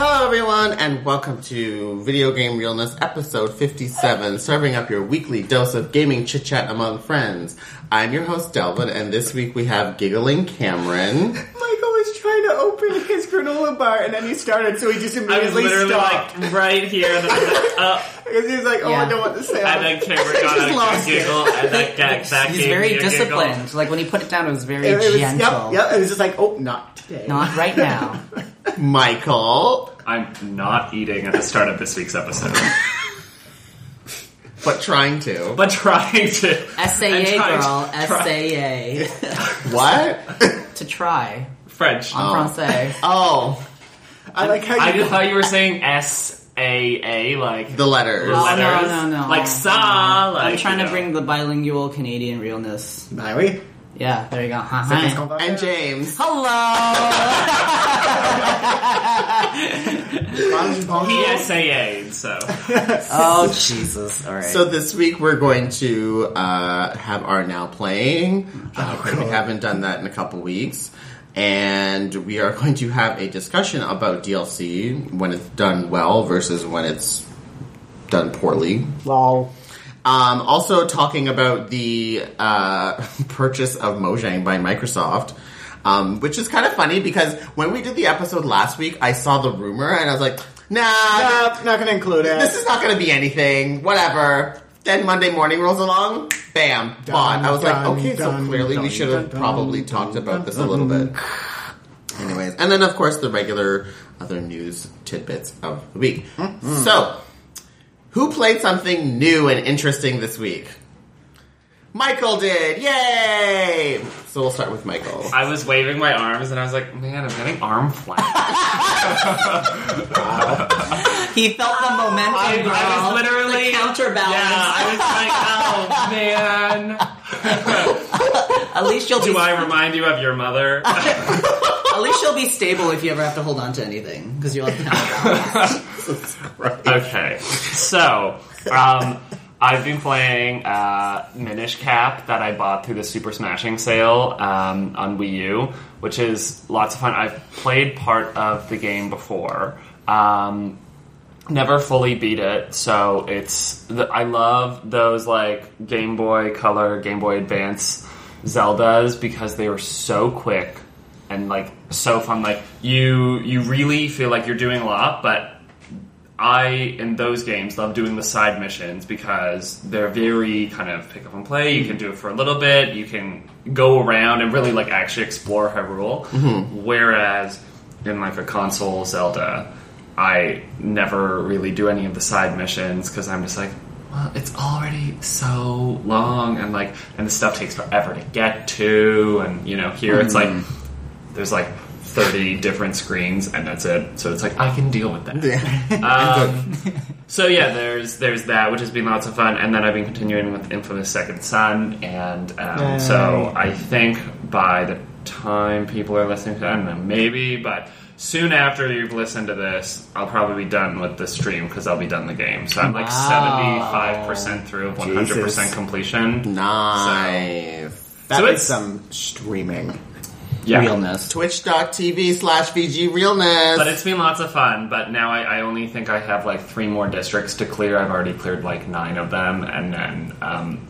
everyone, and welcome to Video Game Realness episode 57, serving up your weekly dose of gaming chit chat among friends. I'm your host, Delvin, and this week we have Giggling Cameron. Michael was trying to open his granola bar and then he started, so he just I was immediately literally stopped. like right here, and, I was like, uh, Because he was like, oh, I Yeah. don't want to say and it. then Cameron got just out a lost good it. giggle, and that, that, that He's gave me very a disciplined. Giggle. Like when he put it down, it was very It was, yep, gentle. yep. It was just like, oh, not today. Not right now. Michael. I'm not eating at the start of this week's episode, But trying to. but trying to. SAA and trying to- girl, try- SAA. what? to try. French. En français. Oh, I like how Um, I you. just thought you were saying S A A, like the letters. Oh, letters. no, no, no. Like sa, No. like, I'm trying you to know. bring the bilingual Canadian realness. My way. Yeah, there you go. Huh, hi. And James. Hello! He S A A, so oh, Jesus. All right. So this week we're going to uh, have our now playing. Uh, we haven't done that in a couple weeks. And we are going to have a discussion about DLC when it's done well versus when it's done poorly. Lol. Um, also, talking about the uh, purchase of Mojang by Microsoft, um, which is kind of funny because when we did the episode last week, I saw the rumor and I was like, nah, Nah, Uh, not gonna include it. this is not going to be anything, whatever. Then Monday morning rolls along, bam, bought. I was dun, like, okay, dun, so clearly we dun, should have dun, probably dun, talked dun, about this a dun, little bit. Anyways, and then of course the regular other news tidbits of the week. Mm-hmm. So, who played something new and interesting this week? Michael did, yay! So we'll start with Michael. I was waving my arms, and I was like, man, I'm getting arm flat. he felt the momentum, I, girl. I was literally The counterbalance. Yeah, I was like, oh man. At least you'll be, Do I remind you of your mother? at least you'll be stable if you ever have to hold on to anything because you'll have counterbalance. okay, so um, I've been playing uh, Minish Cap that I bought through the Super Smashing sale um, on Wii U, which is lots of fun. I've played part of the game before. Um, never fully beat it so it's the, i love those like game boy color game boy advance zeldas because they were so quick and like so fun like you you really feel like you're doing a lot but i in those games love doing the side missions because they're very kind of pick up and play you can do it for a little bit you can go around and really like actually explore hyrule whereas in like a console zelda I never really do any of the side missions because I'm just like, well, it's already so long, and like, and the stuff takes forever to get to, and you know, here it's like, there's like 30 different screens, and that's it. So it's like I can deal with that. Um, so yeah, there's there's that, which has been lots of fun, and then I've been continuing with Infamous Second Son, and um, so I think by the time people are listening to, I don't know, maybe, but soon after you've listened to this, I'll probably be done with the stream because I'll be done the game. So I'm like seventy five percent through, one hundred percent Jesus. completion. Nice. That So was it's- some streaming. Yeah. Realness. Twitch.tv slash VG Realness. But it's been lots of fun. But now I, I only think I have like three more districts to clear. I've already cleared like nine of them, and then um,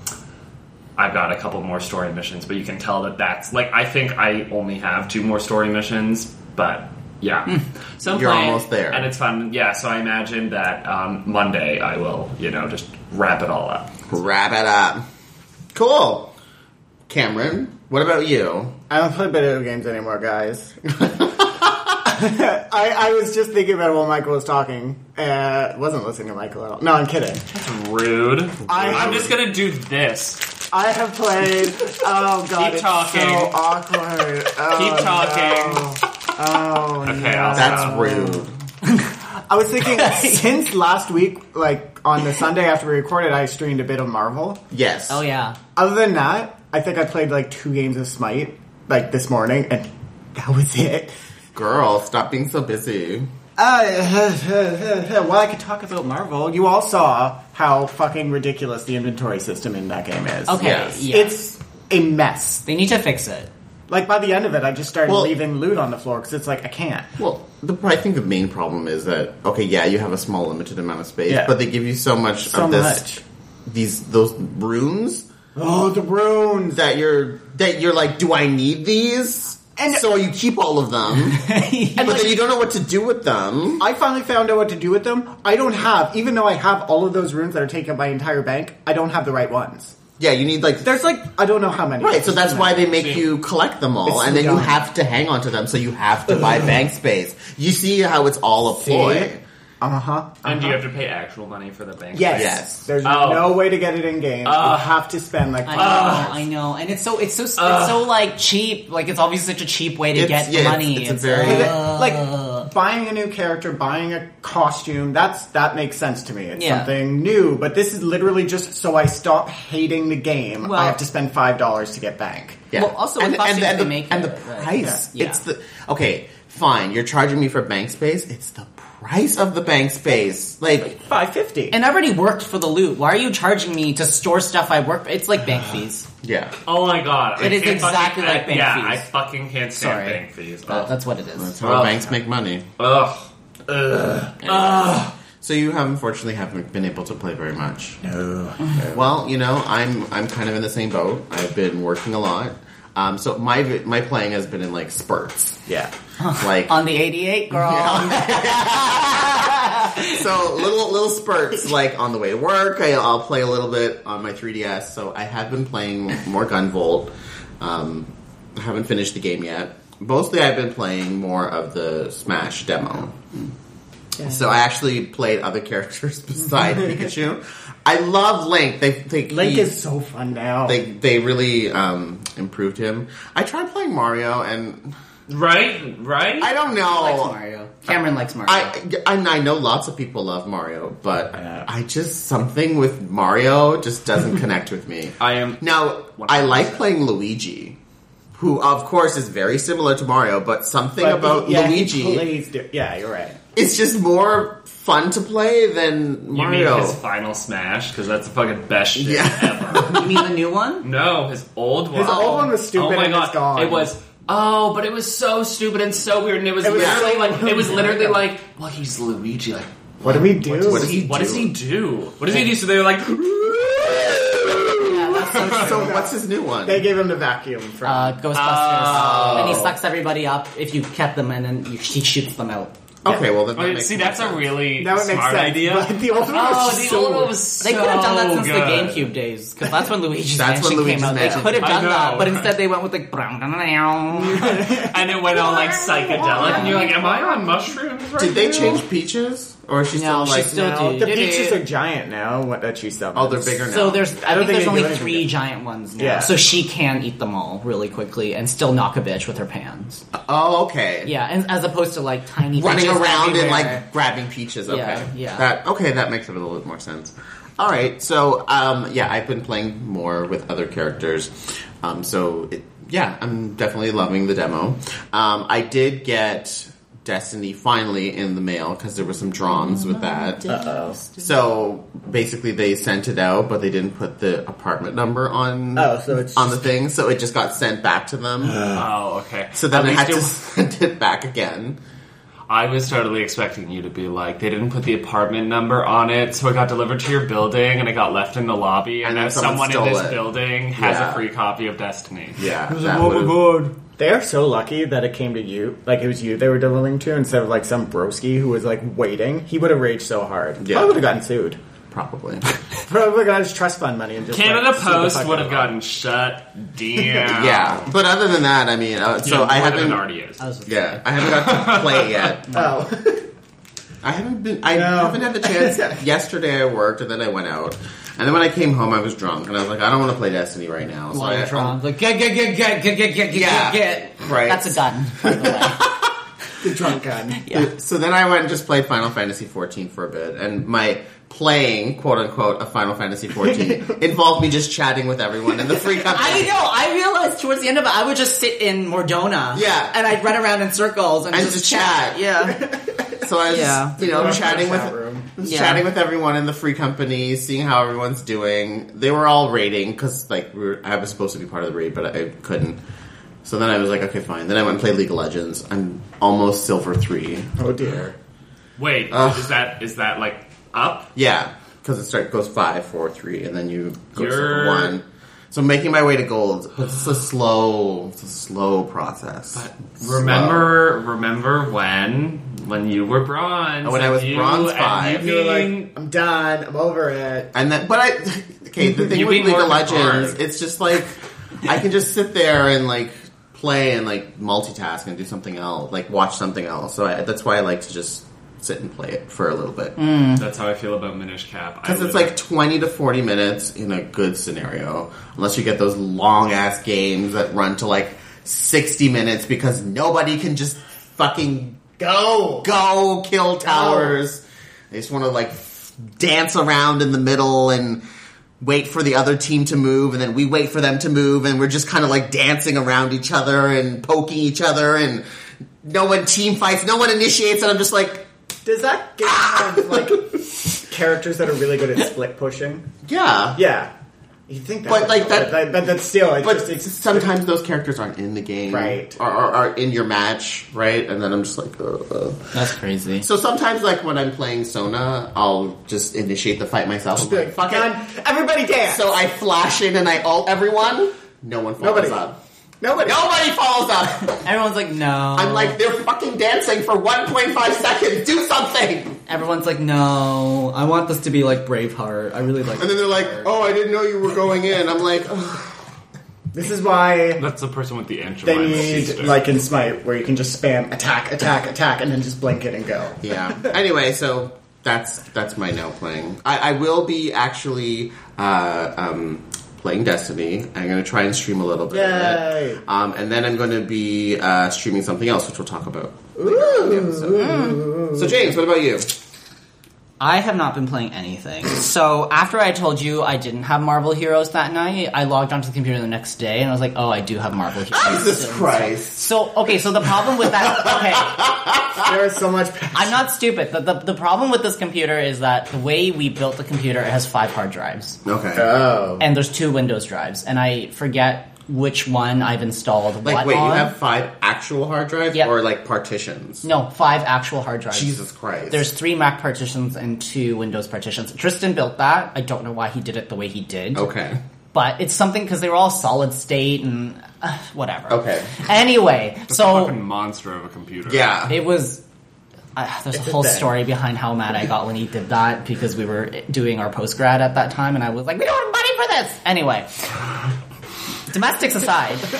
I've got a couple more story missions. But you can tell that that's like I think I only have two more story missions. But yeah, so I'm You're playing, Hmm. almost there. and it's fun. Yeah, so I imagine that um, Monday I will, you know, just wrap it all up. Wrap it up. Cool. Cameron, what about you? I don't play video games anymore, guys. I, I was just thinking about it while Michael was talking. Uh, wasn't listening to Michael at all. No, I'm kidding. Rude. I- I'm just gonna do this. I have played. Oh god, Keep it's talking. so awkward. Oh, Keep talking. no. Oh, Okay, no. I'll That's stop. rude. I was thinking since last week, like on the Sunday after we recorded, I streamed a bit of Marvel. Yes. Oh, yeah. Other than that, I think I played like two games of Smite, like this morning, and that was it. Girl, stop being so busy. Uh, well, I could talk about Marvel. You all saw how fucking ridiculous the inventory system in that game is. Okay. Yes. yeah. It's a mess. They need to fix it. Like by the end of it, I just started Well- leaving loot on the floor because it's like I can't. Well, the, I think the main problem is that okay, yeah, you have a small, limited amount of space, Yeah. but they give you so much So of this, much. these those rooms Oh, the runes. that you're that you're like, do I need these? And- so you keep all of them, but then you don't know what to do with them. I finally found out what to do with them. I don't have, even though I have all of those runes that are taking up my entire bank. I don't have the right ones. Yeah, you need like There's like I don't know how many. Right, so that's why they make you collect them all, It's and then you dumb. have to hang on to them, so you have to buy bank space. You see how it's all a ploy. Uh huh. And do you have to pay actual money for the bank? Yes. Yes. There's Oh. Uh. no way to get it in game. you have to spend like. I five know, Ah. I know, and it's so it's so it's so like cheap. Like it's obviously such a cheap way to It's- get yeah, it's- money. it's a very- Is it- uh, like buying a new character, buying a costume, that's that makes sense to me. It's Yeah. something new, but this is literally just so I stop hating the game. Well- I have to spend five dollars to get bank. Yeah. Well, also and, with costumes, and, and they the, make and the it, right? price. Yeah. It's the okay. Fine, you're charging me for bank space. It's the price of the bank space. Like Five fifty. and I already worked for the loot. Why are you charging me to store stuff I work? It's like Ah. bank fees. yeah, Oh my god. It is can't fucking- exactly like bank yeah, fees. I fucking can't stand Sorry. Uh, bank fees. That- Ugh. that's what it is. that's how Well- banks make money. Ugh. So you have unfortunately haven't been able to play very much. Well, you know, I'm I'm kind of in the same boat. I've been working a lot. Um, so my my playing has been in like spurts. Yeah. Like On the 88, girl. Um, so little little spurts like on the way to work I, i'll play a little bit on my 3ds so i have been playing more gunvolt um, i haven't finished the game yet mostly i've been playing more of the smash demo so i actually played other characters beside pikachu i love link they, they Link he- is so fun now. they, they really um, improved him i tried playing mario and Right? Right? i don't know likes Mario. Cameron likes Mario. I, I I know lots of people love Mario, but Yeah. I just something with Mario just doesn't connect with me. I am. Now I like playing Luigi, who of course is very similar to Mario, but something But about he- yeah, he Luigi plays di- yeah, you're right. it's just more fun to play than You mean his Mario. final smash? Because that's the fucking best shit Yeah. ever. you mean the new one? No, his old one. His old one was stupid Oh my and god, it's gone. it was. Oh, but it was so stupid and so weird, and it was, It was literally so like it was weird. literally like, well, he's Luigi. Like, What do we do? What does he what do? does he do? What does he do? So they're like, Yeah, that's so true. so what's his new one? they gave him the vacuum for Uh, Ghostbusters. Oh. And he sucks everybody up if you kept them and then you, he shoots them out. okay, well then that Wait, makes Oh, see, more that's sense. a really that would make smart sense. idea. But the old one was oh, just the so old one weird. was so They could have done that since good. the GameCube days, because that's when Luigi's That's when Mansion Luigi's came out. Mansion. They could have I done know. that, but instead they went with like. brown, brown, brown. and it went all like psychedelic, and you're like, am I on mushrooms? Right Did they now? change Peaches or is she still No, she's like still no? dude. the peaches are giant now. What that you sell? oh they're bigger now? So there's, I, I don't think, there's think they do only anything three yet. giant ones now, Yeah. so she can eat them all really quickly and still knock a bitch with her pans. oh okay Yeah, and as opposed to like tiny running bitches around and everywhere. like grabbing peaches. Okay, yeah. That okay, that makes it a little bit more sense. All right, so um, yeah, I've been playing more with other characters. Um, so it, yeah, I'm definitely loving the demo. Um, I did get Destiny finally in the mail because there were some drawings Oh, with that. So basically, they sent it out, but they didn't put the apartment number on Oh, so it's on the thing, so it just Uh, got sent back to them. Oh, okay. So then At I had least to it- send it back again. I was totally expecting you to be like, they didn't put the apartment number on it, so it got delivered to your building and it got left in the lobby, and, And now then someone someone, in stole this it. building has Yeah. a free copy of Destiny. Yeah, that Oh my would've- god. They are so lucky that it came to you. Like it was you they were delivering to instead of like some broski who was like waiting. He would have raged so hard. Yeah. I would have gotten sued. Probably. Probably got his trust fund money and just Canada like, sue the Post fuck would have out gotten shut down. yeah. But other than that, I mean, uh, so I haven't. Uh, I was with Yeah, I haven't got to play yet. of them. Oh. I haven't been. I No. haven't had the chance. Yesterday I worked, and then I went out, and then when I came home, I was drunk, and I was like, I don't want to play Destiny right now. So I, Longatron. Like get get get get get get get Yeah, get get. right. That's a gun. By the way. the drunk gun. Yeah. So then I went and just played Final Fantasy XIV for a bit, and my playing, quote unquote, of Final Fantasy XIV involved me just chatting with everyone in the free company. I know. I realized towards the end of it, I would just sit in Mordona. Yeah. and I'd run around in circles and, And just, just chat. chat. Yeah, So I was, Yeah. you know, chatting with Chat room. was Yeah. chatting with everyone in the free company, seeing how everyone's doing. They were all raiding because like we were, I was supposed to be part of the raid, but I couldn't. So then I was like, okay, fine. Then I went and played League of Legends. I'm almost silver three. Oh dear. Wait, uh. is that is that like up? Yeah, because it start goes five, four, three, and then you go to You're- silver one. So I'm making my way to gold, but it's a slow, it's a slow process. Slow. Remember, remember when when you were bronze? Oh, when I and was you- bronze and five. You You were being like, I'm done. I'm over it. And then, but I, okay, the thing You with mean League of more Legends, hard. it's just like, I can just sit there and like play and like multitask and do something else, like watch something else. So I, that's why I like to just sit and play it for a little bit. Because that's how I feel about Minish Cap. I it's would- like 20 to 40 minutes in a good scenario, unless you get those long ass games that run to like 60 minutes because nobody can just fucking Go. go kill towers. They just want to like f- dance around in the middle and wait for the other team to move, and then we wait for them to move, and we're just kind of like dancing around each other and poking each other, and no one team fights, no one initiates, and I'm just like, Does that game have like characters that are really good at split pushing? yeah. Yeah. You think, that But, would like, help, that- but, but that's still. It's But just, s- it's, sometimes those characters aren't in the game, Right. Or are, are in your match, right? And then I'm just like, uh. That's crazy. so sometimes, like when I'm playing Sona, I'll just initiate the fight myself. I'm like, fuck it. Done. Everybody dance. So I flash in and I ult everyone. No one falls Nobody. up. Nobody. Nobody falls up. Everyone's like, no. I'm like, they're fucking dancing for 1.5 seconds. Do something. Everyone's like, no. I want this to be like Braveheart. I really like. And then they're like, oh, I didn't know you were going in. I'm like, This is why that's the person with the intro. they need like in Smite where you can just spam attack, attack, attack, and then just blink it and go. yeah. Anyway, so that's that's my now playing. I, I will be actually uh, um, playing Destiny. I'm going to try and stream a little bit. of it. Yay. Um, and then I'm going to be uh, streaming something else, which we'll talk about. later on in the episode. So James, what about you? I have not been playing anything. So after I told you I didn't have Marvel Heroes that night, I logged onto the computer the next day and I was like, oh, I do have Marvel Heroes. Jesus Christ. So okay, so the problem with that, okay. There is so much. I'm not stupid. The, the, the problem with this computer is that the way we built the computer, it has five hard drives. Okay. Oh. And there's two Windows drives. And I forget which one I've installed Like, what wait, on. you have five actual hard drives Yep. or like partitions? No, five actual hard drives. Jesus Christ. There's three Mac partitions and two Windows partitions. Tristan built that. I don't know why he did it the way he did. okay. But it's something because they were all solid state and uh, whatever. Okay. Anyway, a so fucking monster of a computer. Yeah. it was uh, there's It's a a whole thing. story behind how mad I got when he did that because we were doing our post grad at that time and I was like, we don't have money for this. Anyway, domestics aside.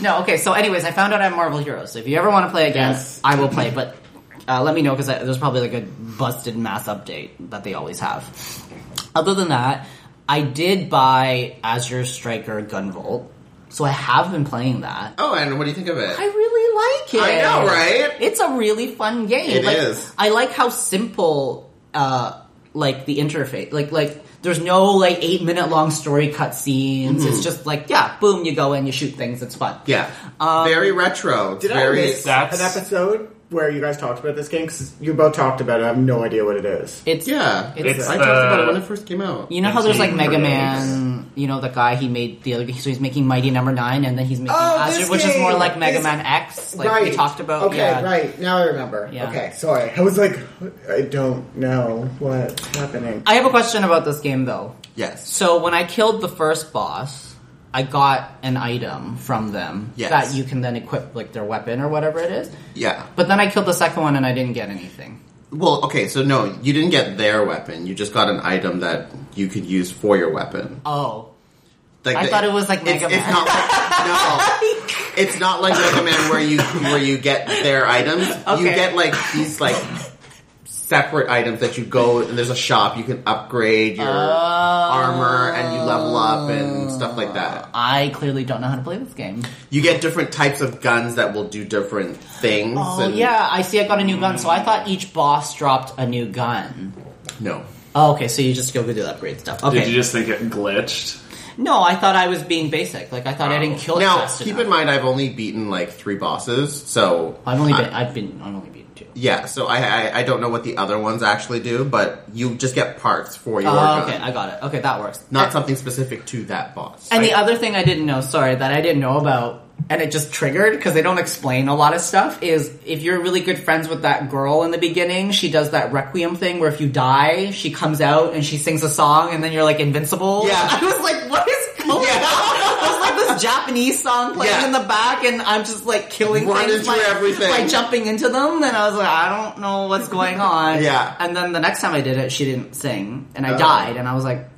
no, okay. So, anyways, I found out I'm Marvel Heroes. So if you ever want to play again, Yes. I will play. But uh, let me know because there's probably like a busted mass update that they always have. Other than that, I did buy Azure Striker Gunvolt, so I have been playing that. oh, and what do you think of it? I really like I it. know, right? It's a really fun game. It like, is. I like how simple, uh, like the interface. Like, like there's no like eight minute long story cutscenes. It's just like, yeah, boom, you go in, you shoot things. It's fun. Mm-hmm. yeah. Um, very retro. It's Did I very, miss that's- an episode where you guys talked about this game? Because you both talked about it. I have no idea what it is. It's Yeah. It's, uh, It's I the- talked about it when it first came out. you know how there's like Indeed. Mega Man. You know the guy he made the other. So he's making Mighty Number Nine, and then he's making Oh, Azure, this which is more game! like Mega This- Man X. Like we talked about. Okay, yeah. right. Now I remember. Yeah. Okay, sorry. I was like, I don't know what's happening. I have a question about this game though. Yes. So when I killed the first boss, I got an item from them Yes. that you can then equip like their weapon or whatever it is. Yeah. But then I killed the second one and I didn't get anything. Well, okay, so no, you didn't get their weapon. You just got an item that you could use for your weapon. Oh. Like I thought it was like it's, Mega It's Man. not like, no, it's not like Mega Man where you where you get their items. You Okay. get like these like separate items that you go and there's a shop you can upgrade your Oh. armor and you level up and stuff like that. I clearly don't know how to play this game. You get different types of guns that will do different things. Oh and, yeah, I see I got a new gun, so I thought each boss dropped a new gun. no. Oh, okay, so you just go do the upgrade stuff. Okay. Did you just think it glitched? No, I thought I was being basic. Like I thought I didn't kill it Oh. Now, fast keep enough. in mind, I've only beaten like three bosses, so I've only I- been, I've been I've only been two. yeah. So I, I I don't know what the other ones actually do, but you just get parts for your Oh, gun, okay, I got it. Okay, that works. not something specific to that boss. And the other thing I didn't know, sorry, that I didn't know about, and it just triggered because they don't explain a lot of stuff, is if you're really good friends with that girl in the beginning, she does that requiem thing where if you die, she comes out and she sings a song, and then you're like invincible. Yeah. I was like, what is going Yeah. on? I was like this Japanese song playing Yeah. in the back, and I'm just like killing Running things through by, everything. by jumping into them. And I was like, I don't know what's going on. Yeah. And then the next time I did it, she didn't sing, and I Oh. died, and I was like.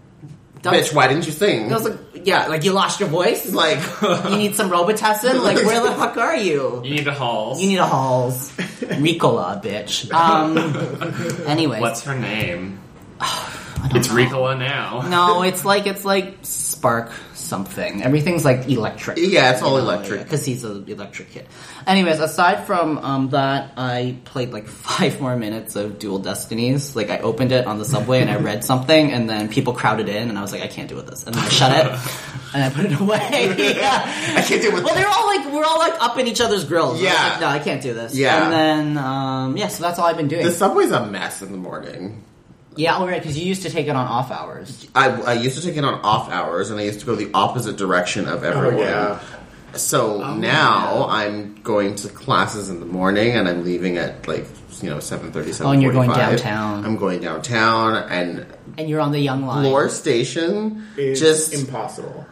"Dumb bitch, why didn't you sing? I was like, yeah, like you lost your voice. Like like you need some Robitussin. Like where the fuck are you? You need the halls. You need a Halls, Ricola, bitch. Um. Anyways, What's her name? It's Ricola now. no, it's like it's like spark something. Everything's like electric. yeah, it's all electric. because he's an electric kid. Anyways, aside from um, that, I played like five more minutes of Dual Destinies. Like I opened it on the subway and I read something, and then people crowded in, and I was like, I can't deal with this, and then I shut it and I put it away. I can't deal with Well, they're all like we're all like up in each other's grills. I was Yeah. like, no, I can't do this. Yeah. and then um, yeah, so that's all I've been doing. the subway's a mess in the morning. yeah, all right, because you used to take it on off hours. I, I used to take it on off hours, and I used to go the opposite direction Oh, of everyone. Oh, yeah. So now I'm going to classes in the morning, and I'm leaving at like you know seven thirty seven. Oh, and you're going downtown. I'm going downtown, and And you're on the young line. Lore Station It's just impossible.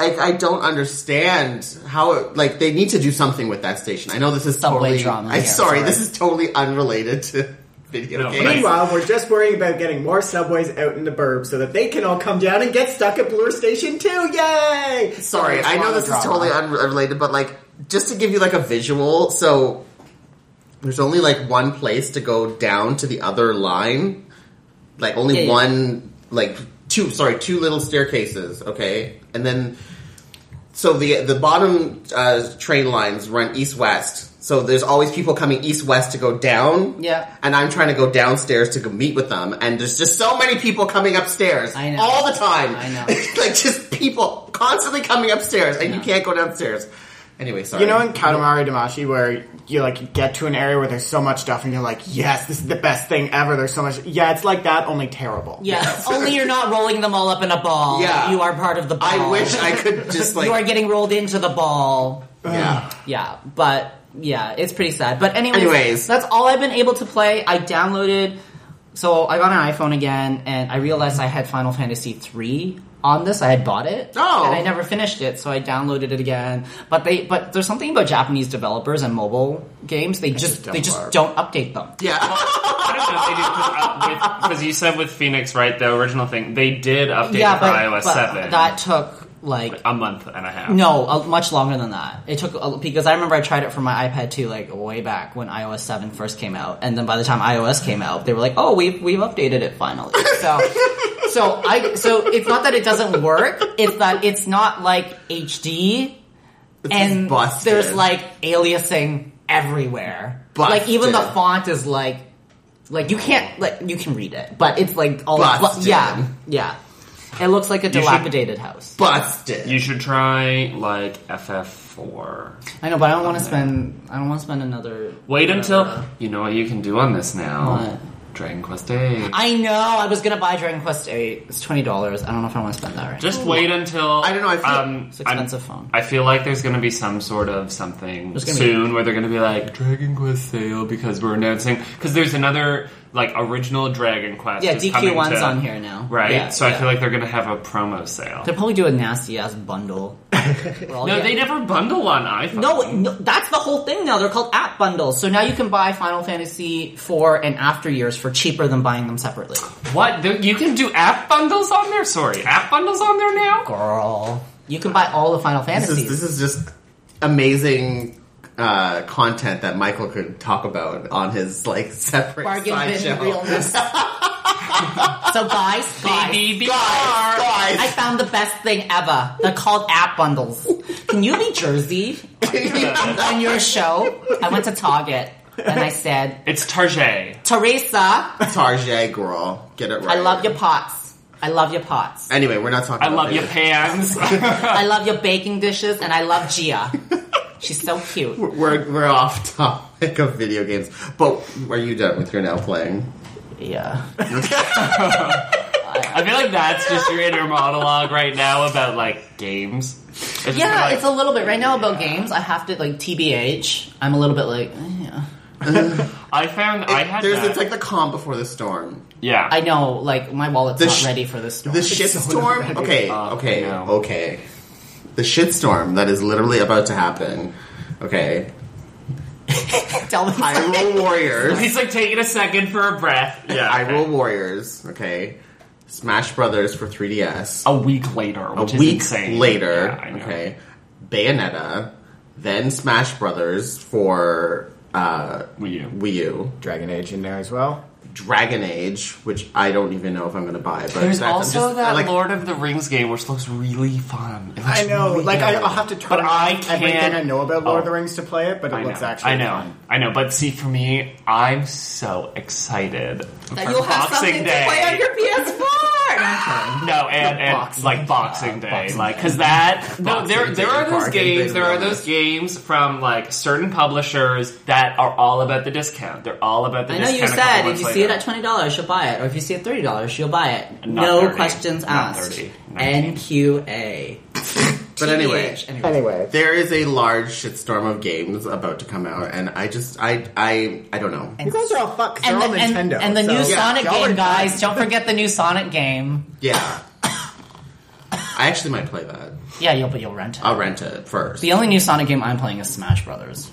I, I don't understand how it, like they need to do something with that station. I know this is Subway totally. drama I'm here, sorry, sorry. this is totally unrelated to video No, but games. Meanwhile, we're just worrying about getting more subways out in the burbs so that they can all come down and get stuck at Bloor Station too. Yay! Sorry, I know this is totally unrelated, but like just to give you like a visual, so there's only like one place to go down to the other line. Like only Yeah, yeah. one like two sorry, two little staircases, okay? And then so the the bottom uh, train lines run east west. So there's always people coming east west to go down. Yeah. And I'm trying to go downstairs to go meet with them and there's just so many people coming upstairs I know. all the time. I know. like just people constantly coming upstairs and you can't go downstairs. Anyway, sorry. You know in Katamari Damacy where you like get to an area where there's so much stuff and you're like, yes, this is the best thing ever. There's so much. Yeah, it's like that, only terrible. Yeah, only you're not rolling them all up in a ball. Yeah. you are part of the. ball. I wish I could just like you are getting rolled into the ball. yeah. Yeah, but yeah, it's pretty sad. But anyways, Anyways. that's all I've been able to play. I downloaded, so I got an iPhone again, and I realized I had Final Fantasy three on this. I had bought it, Oh. and I never finished it, so I downloaded it again. But they, but there's something about Japanese developers and mobile games. They just dumb they just barb. don't update them. Yeah. I don't know if they did because you said with Phoenix, right? The original thing they did update yeah, for but, iOS but seven that took like a month and a half. No, uh, much longer than that. It took uh, because I remember I tried it for my iPad too, like way back when iOS seven first came out, and then by the time iOS came out, they were like, "Oh, we've we've updated it finally." So, so I so it's not that it doesn't work; it's that it's not like HD, and busted. there's like aliasing everywhere. Like even the Busted. font is like, like you can't like you can read it, but it's like all Busted. yeah yeah. It looks like should- a dilapidated house. busted. You should try like FF4. I know, but I don't want to spend. I don't want to spend another. Wait until whatever. you know what you can do on this now. Dragon Quest Eight. I know. I was gonna buy Dragon Quest Eight. It's twenty dollars. I don't know if I want to spend that right. now. Just wait until I don't know, I feel- um, It's an expensive I'm- phone. I feel like there's going to be some sort of something There's gonna soon where they're going to be like Dragon Quest sale because we're announcing because there's another like original Dragon Quest. Yeah, is coming DQ one's to- on here now. right? Yeah, so I yeah. feel like they're going to have a promo sale. They'll probably do a nasty ass bundle. no, no, they never bundle on iPhone. No, no, that's the whole thing now. They're called app bundles. So now you can buy Final Fantasy IV and After Years for cheaper than buying them separately. what There- you can do app bundles on there. Sorry, app bundles on there now. Girl, you can buy all the Final this is Fantasies. this is just amazing uh, content that Michael could talk about on his like separate Bargain bin sideshow. realness. so guys, guys, BBBR. Guys, I found the best thing ever. They're called app bundles. Can you be Jersey on your show? I went to Target and I said, It's Target. Teresa, Tarjay girl, get it right. I love your pots. I love your pots. Anyway, we're not talking. I about love this. your pans. I love your baking dishes, and I love Gia. She's so cute. We're we're off topic of video games, but are you done with your now playing? Yeah. I feel like that's just your inner monologue right now about like games. It's just Yeah, like, it's a little bit right now about games. I have to like TBH. I'm a little bit like, eh, yeah. I found I had There's that. it's like the calm before the storm. yeah. I know, like my wallet's The not sh- ready for this. Storm. The shitstorm. okay, Uh, okay, no. okay. The shitstorm that is literally about to happen. Okay, Tell me something. Hyrule Warriors. He's like taking a second for a breath. Yeah. okay. Hyrule Warriors. Okay, Smash Brothers for 3DS. A week later, a Oh, which is week insane. later, Yeah, I know. okay, Bayonetta, then Smash Brothers for uh, Wii U. Wii U, Dragon Age in there as well. Dragon Age, which I don't even know if I'm going to buy. But There's that's- I'm also just- that I like, Lord of the Rings game, which looks really fun. It looks I know, really like I, good. I'll have to turn But I off everything can't- I know about Lord Oh. of the Rings to play it, but it I know. looks actually I know. fun. I know. But see, for me, I'm so excited That for you'll have Boxing something Day. to play on your PS4. No, I'm kidding. no, and, The and Boxing like Day. Boxing Day, Boxing like because that no, Boxing there Day, there are those bargain games, bin there are moment. those games from like certain publishers that are all about the discount. They're all about the. I know you discount a couple said if months you see it later. at twenty dollars, you'll buy it, or if you see it thirty dollars, you'll buy it. Not no 30. questions Not asked. 30. Nineteen. NQA. But anyway. TBH. Anyway, There is a large shitstorm of games about to come out, and I just, I, I, I don't know. And- you guys are all fucked. 'cause And, they're the, all and- Nintendo. and the new so- Yeah, Sonic y'all are game, done. guys. Don't forget the new Sonic game. Yeah, I actually might play that. Yeah, you'll but you'll rent it. I'll rent it first. The only new Sonic game I'm playing is Smash Brothers.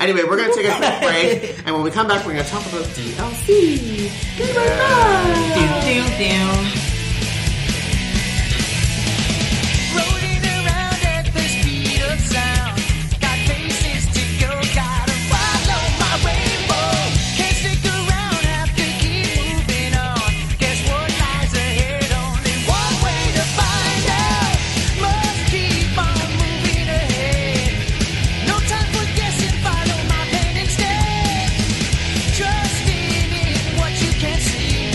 Anyway, we're gonna take a quick break, and when we come back, we're gonna talk about DLC. Do, do, do. Rolling around at the speed of sound. Got places to go, gotta follow my rainbow. Can't stick around, have to keep moving on. Guess what lies ahead? Only one way to find out. Must keep on moving ahead. No time for guessing, follow my pain instead. Trusting in what you can see.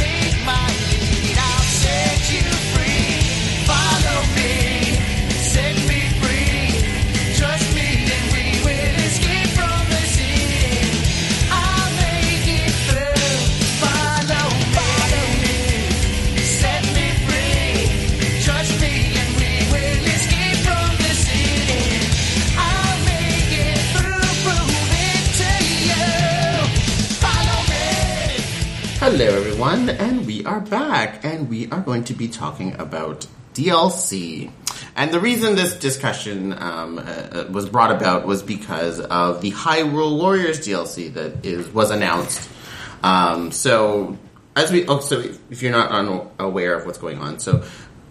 Take my lead, I'll set you free. Follow me, set me free. Trust me, and we will escape from the sea. I'll make it through. Follow, follow me, set me free. Trust me, and we will escape from the sea. I'll make it through, prove it to you. Follow me. Hello, everyone, and we are back, and we are going to be talking about DLC. And the reason this discussion um, uh, uh, was brought about was because of the Hyrule Warriors DLC that is was announced. Um, so, as we oh, so if- if you're not un- aware of what's going on, so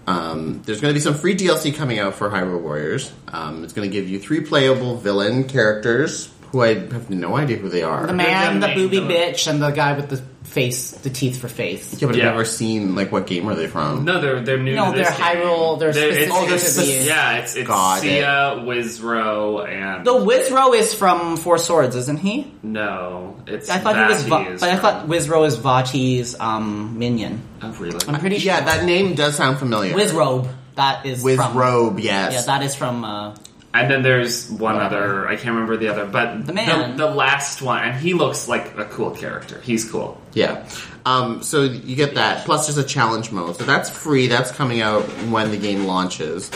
um, there's going to be some free DLC coming out for Hyrule Warriors. Um, it's going to give you three playable villain characters who I have no idea who they are. The man, the They're booby donating bitch, and the guy with the face, the teeth for face. Yeah, but Yeah. I've never seen like what game are they from? No, they're they're new. No, to this they're game. Hyrule, they're it's- specific it's- to these. Yeah, it's it's Got it. Sia, Wizrow, and The Wizrow is from Four Swords, isn't he? no, it's I thought he was, Vati Va- is but I from- thought Wizrow is Vati's um, minion. Oh, really? I'm pretty sure. Yeah, that name does sound familiar. Wizrobe. That is from. Wizrobe, yes. Yeah, that is from. Uh, And then there's one Whatever. other. I can't remember the other, but The man. the, last one, and he looks like a cool character. He's cool. Yeah. Um, so you get that. Plus, there's a challenge mode. So that's free. That's coming out when the game launches.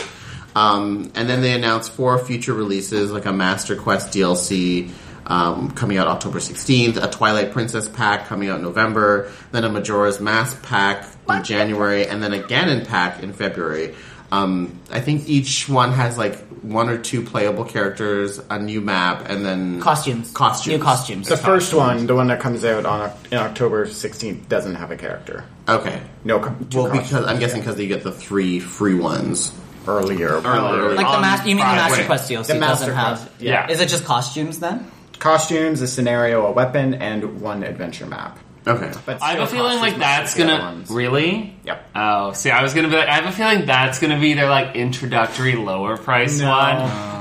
Um, and then they announced four future releases, like a Master Quest DLC um, coming out October 16th, a Twilight Princess pack coming out in November, then a Majora's Mask pack in January, and then a Ganon pack in February. Um, I think each one has like one or two playable characters, a new map, and then costumes. Costumes. New costumes. The first one, the one that comes out on Oc- in October 16th, doesn't have a character. Okay. No, com- two Well, costumes. because I'm guessing because you get the three free ones. earlier, Earlier. like the on master, you mean the Friday. Master Quest DLC The Master doesn't have? Quest, yeah. Is it just costumes then? costumes, a scenario, a weapon, and one adventure map. Okay. But I have a still feeling costumes like must that's be the gonna other ones. really. Yep. Oh, see, I was gonna be. Like, I have a feeling that's gonna be their like introductory lower price No. one,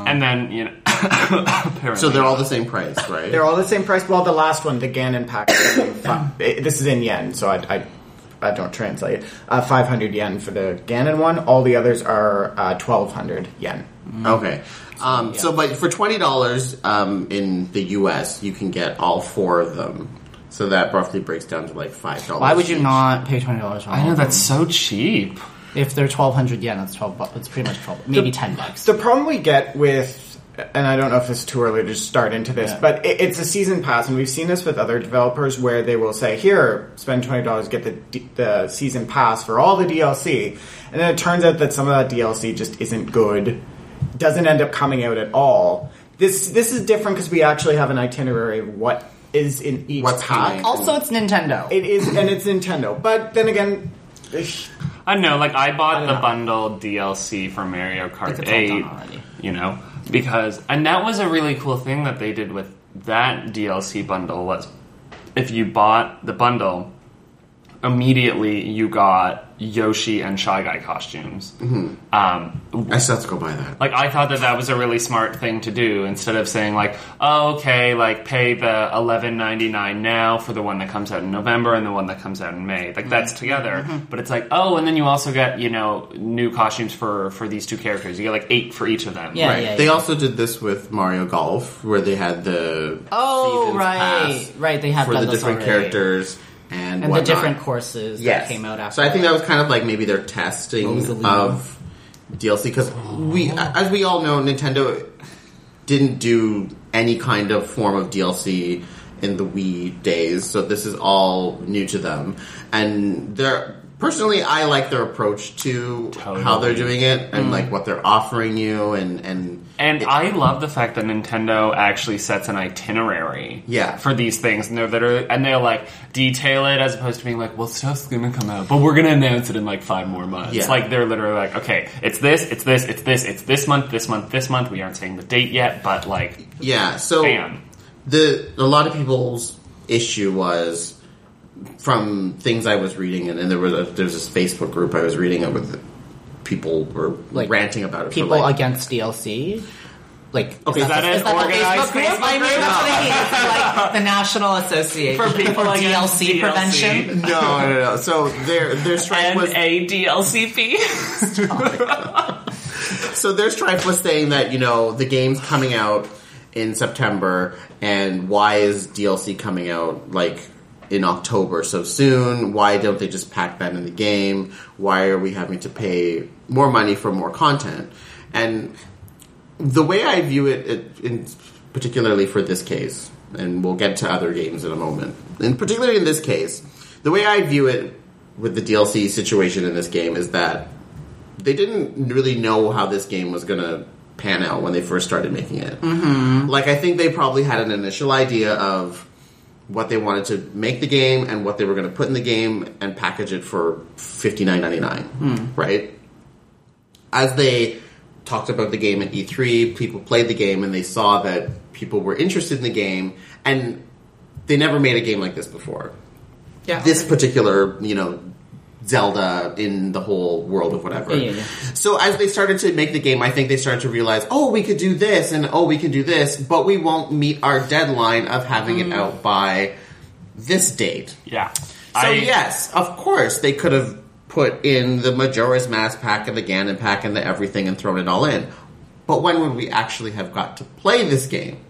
and then you know. apparently. so they're all the same price, right? They're all the same price. Well, the last one, the Ganon pack. is in fi- it- this is in yen, so I, I I don't translate, uh, 500 yen for the Ganon one. All the others are uh, 1,200 yen. Okay. Um, So, but for twenty dollars um, in the U.S., you can get all four of them. So that roughly breaks down to like five dollars. Why would you not pay twenty dollars? I know Oh, that's so cheap. if they're twelve hundred yen, that's twelve. Bu- that's pretty much twelve, maybe ten bucks. The problem we get with, and I don't know if it's too early to just start into this, Yeah. but it, it's a season pass, and we've seen this with other developers where they will say, "Here, spend twenty dollars, get the D- the season pass for all the DLC," and then it turns out that some of that DLC just isn't good, doesn't end up coming out at all. This this is different because we actually have an itinerary of what is in each What's pack. coming. also, it's Nintendo. It is, and it's Nintendo, but then again. eh, I don't know, like I bought the know. bundle DLC for Mario Like, Kart it's all done 8, already. you know, because and that was a really cool thing that they did with that DLC bundle was if you bought the bundle immediately you got Yoshi and Shy Guy costumes. Um, I still have to go buy that. like I thought that that was a really smart thing to do instead of saying like, oh, okay, like pay the eleven ninety nine now for the one that comes out in November and the one that comes out in May. Like that's together, but it's like oh, and then you also get you know new costumes for for these two characters. You get like eight for each of them. Yeah, Right. yeah, they yeah. also did this with Mario Golf, where they had the Oh, seasons right, pass right. They have for done the this different already. characters and and whatnot. the different courses Yes. that came out after. So I think that was kind of like maybe their testing Rosalina. of DLC because we, as we all know, Nintendo didn't do any kind of form of DLC in the Wii days, so this is all new to them. And they're personally, I like their approach to how they're Totally. doing it Mm. and like what they're offering you and and And I love the fact that Nintendo actually sets an itinerary Yeah. for these things, and they're literally and they'll like detail it as opposed to being like, "Well, stuff's gonna come out, but we're gonna announce it in like five more months." Yeah. Like they're literally like, "Okay, it's this, it's this, it's this, it's this month, this month, this month. We aren't saying the date yet, but like, yeah. So bam." the a lot of people's issue was from things I was reading, and, and there was a, there's this Facebook group I was reading it with people were Like, ranting about it. people for like, against DLC. Like Okay, is the- that an the organized Facebook I mean, group? that's what I mean. It's like the National Association For people against DLC, DLC. prevention. no, no, no, no. So their their strife was a DLCP. so their strife was saying that you know the game's coming out in September, and why is DLC coming out like in October so soon? Why don't they just pack that in the game? Why are we having to pay more money for more content? And the way I view it, it in, particularly for this case, and we'll get to other games in a moment, and particularly in this case, the way I view it with the DLC situation in this game is that they didn't really know how this game was going to pan out when they first started making it. Mm-hmm. Like, I think they probably had an initial idea of what they wanted to make the game and what they were going to put in the game and package it for fifty nine ninety nine, right? as they talked about the game at E3, people played the game and they saw that people were interested in the game, and they never made a game like this before. Yeah. This particular, you know, Zelda in the whole world of whatever. Yeah, yeah, yeah. So as they started to make the game, I think they started to realize, oh, we could do this and oh, we can do this, but we won't meet our deadline of having Mm-hmm. it out by this date. yeah. So I, yes, of course they could have put in the Majora's Mask pack and the Ganon pack and the everything and thrown it all in. But when would we actually have got to play this game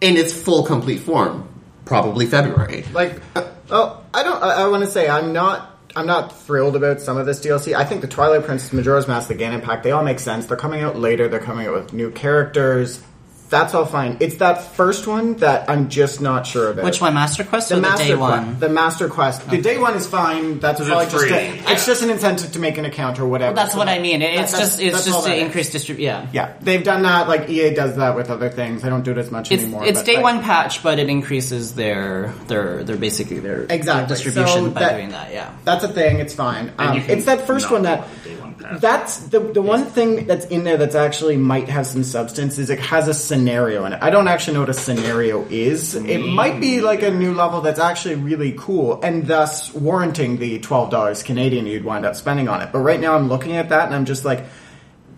in its full complete form? Probably February. like uh, oh i don't i, I want to say i'm not i'm not thrilled about some of this dlc i think the twilight princess majora's mask the ganon pack they all make sense they're coming out later they're coming out with new characters that's all fine it's that first one that i'm just not sure about Which one, Master Quest or the the master day quest, one? the master quest. The day one is fine. That's Because probably it's just a, free. it's just an incentive to make an account or whatever. That's So what that- I mean. that- It's that's- just it's that's all just to that is. increase distrib. Yeah. Yeah, they've done that. Like EA does that with other things. I don't do it as much It's, anymore. it's but, day like- one patch, but it increases their their their basically their Exactly. distribution So by that- doing that. Yeah, That's a thing. It's fine. Um, you can it's that first not one do that a day one pass. that's the the one thing that's in there that's actually might have some substance is it has a scenario in it. I don't actually know what a scenario is. It might be like a new level that's actually really cool and thus warranting the twelve dollars Canadian you'd wind up spending on it. But right now I'm looking at that and I'm just like,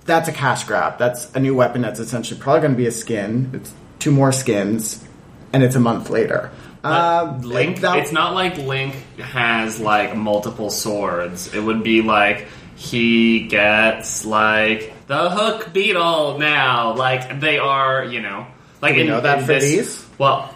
that's a cash grab. That's a new weapon that's essentially probably going to be a skin. It's two more skins, and it's a month later. Um, Link. that- it's not like Link has like multiple swords. It would be like he gets like the hook beetle now. Like they are, you know, like we in, know that in for this- these? Well,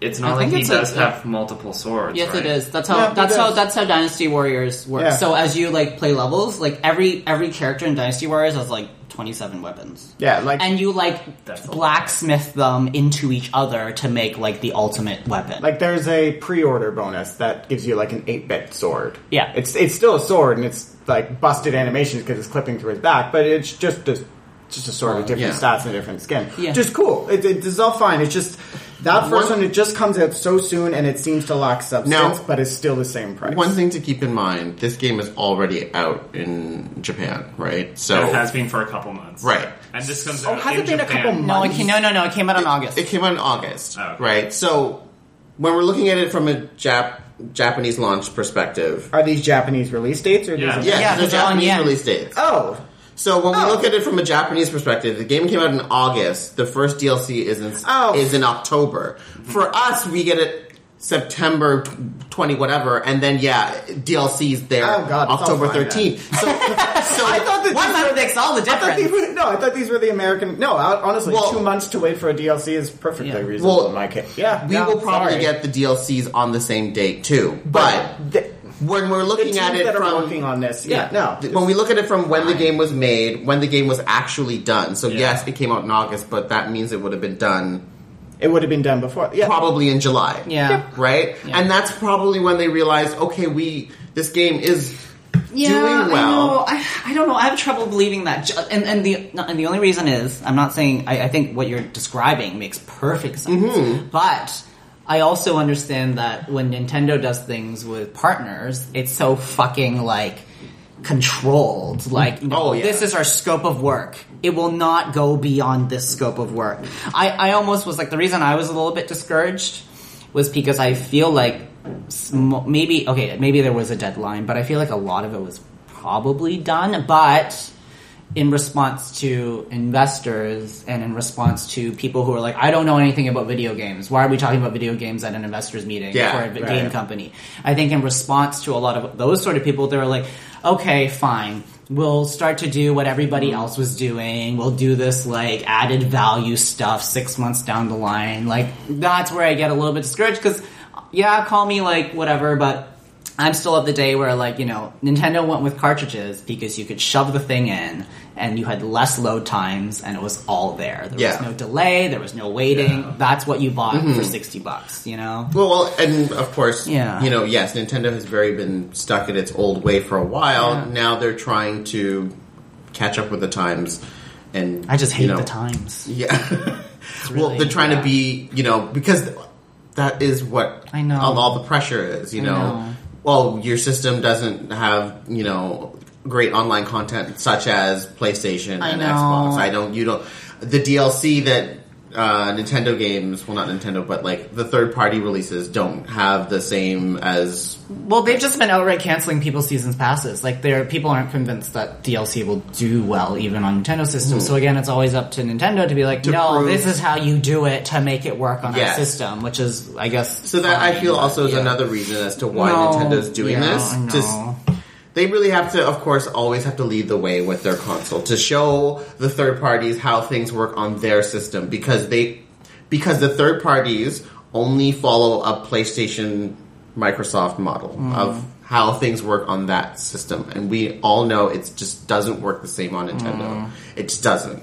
it's I not like think he it's a- does have multiple swords. Yes, right? it is. That's how Yeah, it that's how is. that's how Dynasty Warriors works. Yeah. So as you like play levels, like every every character in Dynasty Warriors has like twenty seven weapons, Yeah, like and you like That's a lot. blacksmith them into each other to make like the ultimate weapon. like there's a pre-order bonus that gives you like an eight-bit sword. Yeah. it's it's still a sword and it's like busted animations because it's clipping through his back, but it's just a just a sword with different yeah. stats and a different skin. Yeah. just cool. It, it, this is all fine. It's just that first One- one. It just comes out so soon and it seems to lack substance, Now- but it's still the same price. One thing to keep in mind: this game is already out in Japan, right? So It has been for a couple months, Right. And this comes Oh, out. has in it been a Japan. couple no, it came, no, no, no. It came out in August. It came out in August, Oh. right? So when we're looking at it from a Jap- Japanese launch perspective, Are these Japanese release dates or are Yeah. these? yeah, Yeah, there's 'cause they're on Japanese yen. release dates. Oh, So when Oh. we look at it from a Japanese perspective, the game came out in August. The first DLC is in Oh. is in October. For us, we get it September twenty whatever, and then yeah, DLC's there Oh, God, it's October all fine, thirteenth. So, so I thought that One month makes all the I thought these difference. were, no, I thought these were the American. No, I- honestly, Well- two months to wait for a DLC is perfectly Yeah. reasonable Well, in my case. Yeah, we no, will probably sorry. get the DLCs on the same date too, but. the, when we're the looking teams at it that from are working on this. Yeah, th- no, when we look at it from when the game was made, when the game was actually done. So Yeah. yes, it came out in August, but that means it would have been done it would have been done before. Yeah, probably in July. Yeah. Yep. Right? Yeah. And that's probably when they realized, okay, we this game is doing I, know. well. I, I don't know. I have trouble believing that. Ju- And, and the no, and the only reason is I'm not saying I, I think what you're describing makes perfect sense, Mm-hmm. but I also understand that when Nintendo does things with partners, it's so fucking like controlled like you know, Oh, yeah. this is our scope of work it will not go beyond this scope of work i i almost was like the reason i was a little bit discouraged was because i feel like sm- maybe okay, maybe there was a deadline, but I feel like a lot of it was probably done. But in response to investors and in response to people who are like, I don't know anything about video games. Why are we talking about video games at an investors meeting Yeah, for a v- right. game company? I think in response to a lot of those sort of people, they were like, okay, fine. We'll start to do what everybody else was doing. We'll do this like added value stuff six months down the line. Like that's where I get a little bit discouraged because yeah, call me like whatever, but I'm still at the day where like, you know, Nintendo went with cartridges because you could shove the thing in and you had less load times and it was all there. There Yeah. was no delay, there was no waiting. That's what you bought for 60 bucks, you know? Well, well, and of course, Yeah. you know, yes, Nintendo has very been stuck in its old way for a while. Yeah. Now they're trying to catch up with the times and I just hate you know, the times. Yeah. well, really- they're trying yeah. to be, you know, because that is what I know. All, all the pressure is, you I know. know. Well, your system doesn't have, you know, great online content such as PlayStation I and know. Xbox. I don't. You don't. The DLC that. Uh, Nintendo games, well, not Nintendo, but like the third party releases don't have the same as Well, they've just been outright canceling people's seasons passes. Like, there people aren't convinced that DLC will do well even on Nintendo systems. So again, it's always up to Nintendo to be like, no, Hmm. prove- this is how you do it to make it work on Yes. our system, which is, I guess. So that I fine, feel but also is yeah. another reason as to why No. Nintendo's doing Yeah, this. I Just- know. they really have to, of course, always have to lead the way with their console to show the third parties how things work on their system because they because the third parties only follow a PlayStation Microsoft model Mm-hmm. of how things work on that system, and we all know it just doesn't work the same on Nintendo. It just doesn't.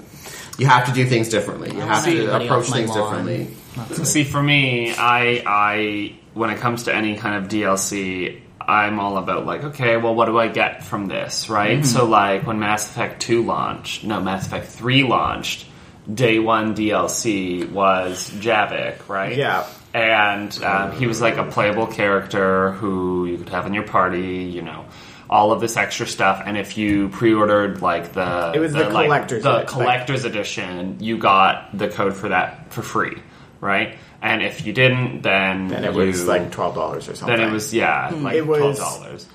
You have to do things differently. You have Mm-hmm. see to anybody approach off my things lawn. differently. See, for me, I I when it comes to any kind of DLC, I'm all about like, okay, well, what do I get from this, right? Mm-hmm. So, like when Mass Effect Two launched, no, Mass Effect Three launched, day one DLC was Javik, right? Yeah. and um, he was like a playable character who you could have in your party, you know. All of this extra stuff, and if you pre-ordered like the It was the like, collector's the edition. collect collector's edition, you got the code for that for free, right? And if you didn't, then and it you, was like twelve dollars or something. then it was yeah, like Hmm. It was- twelve dollars.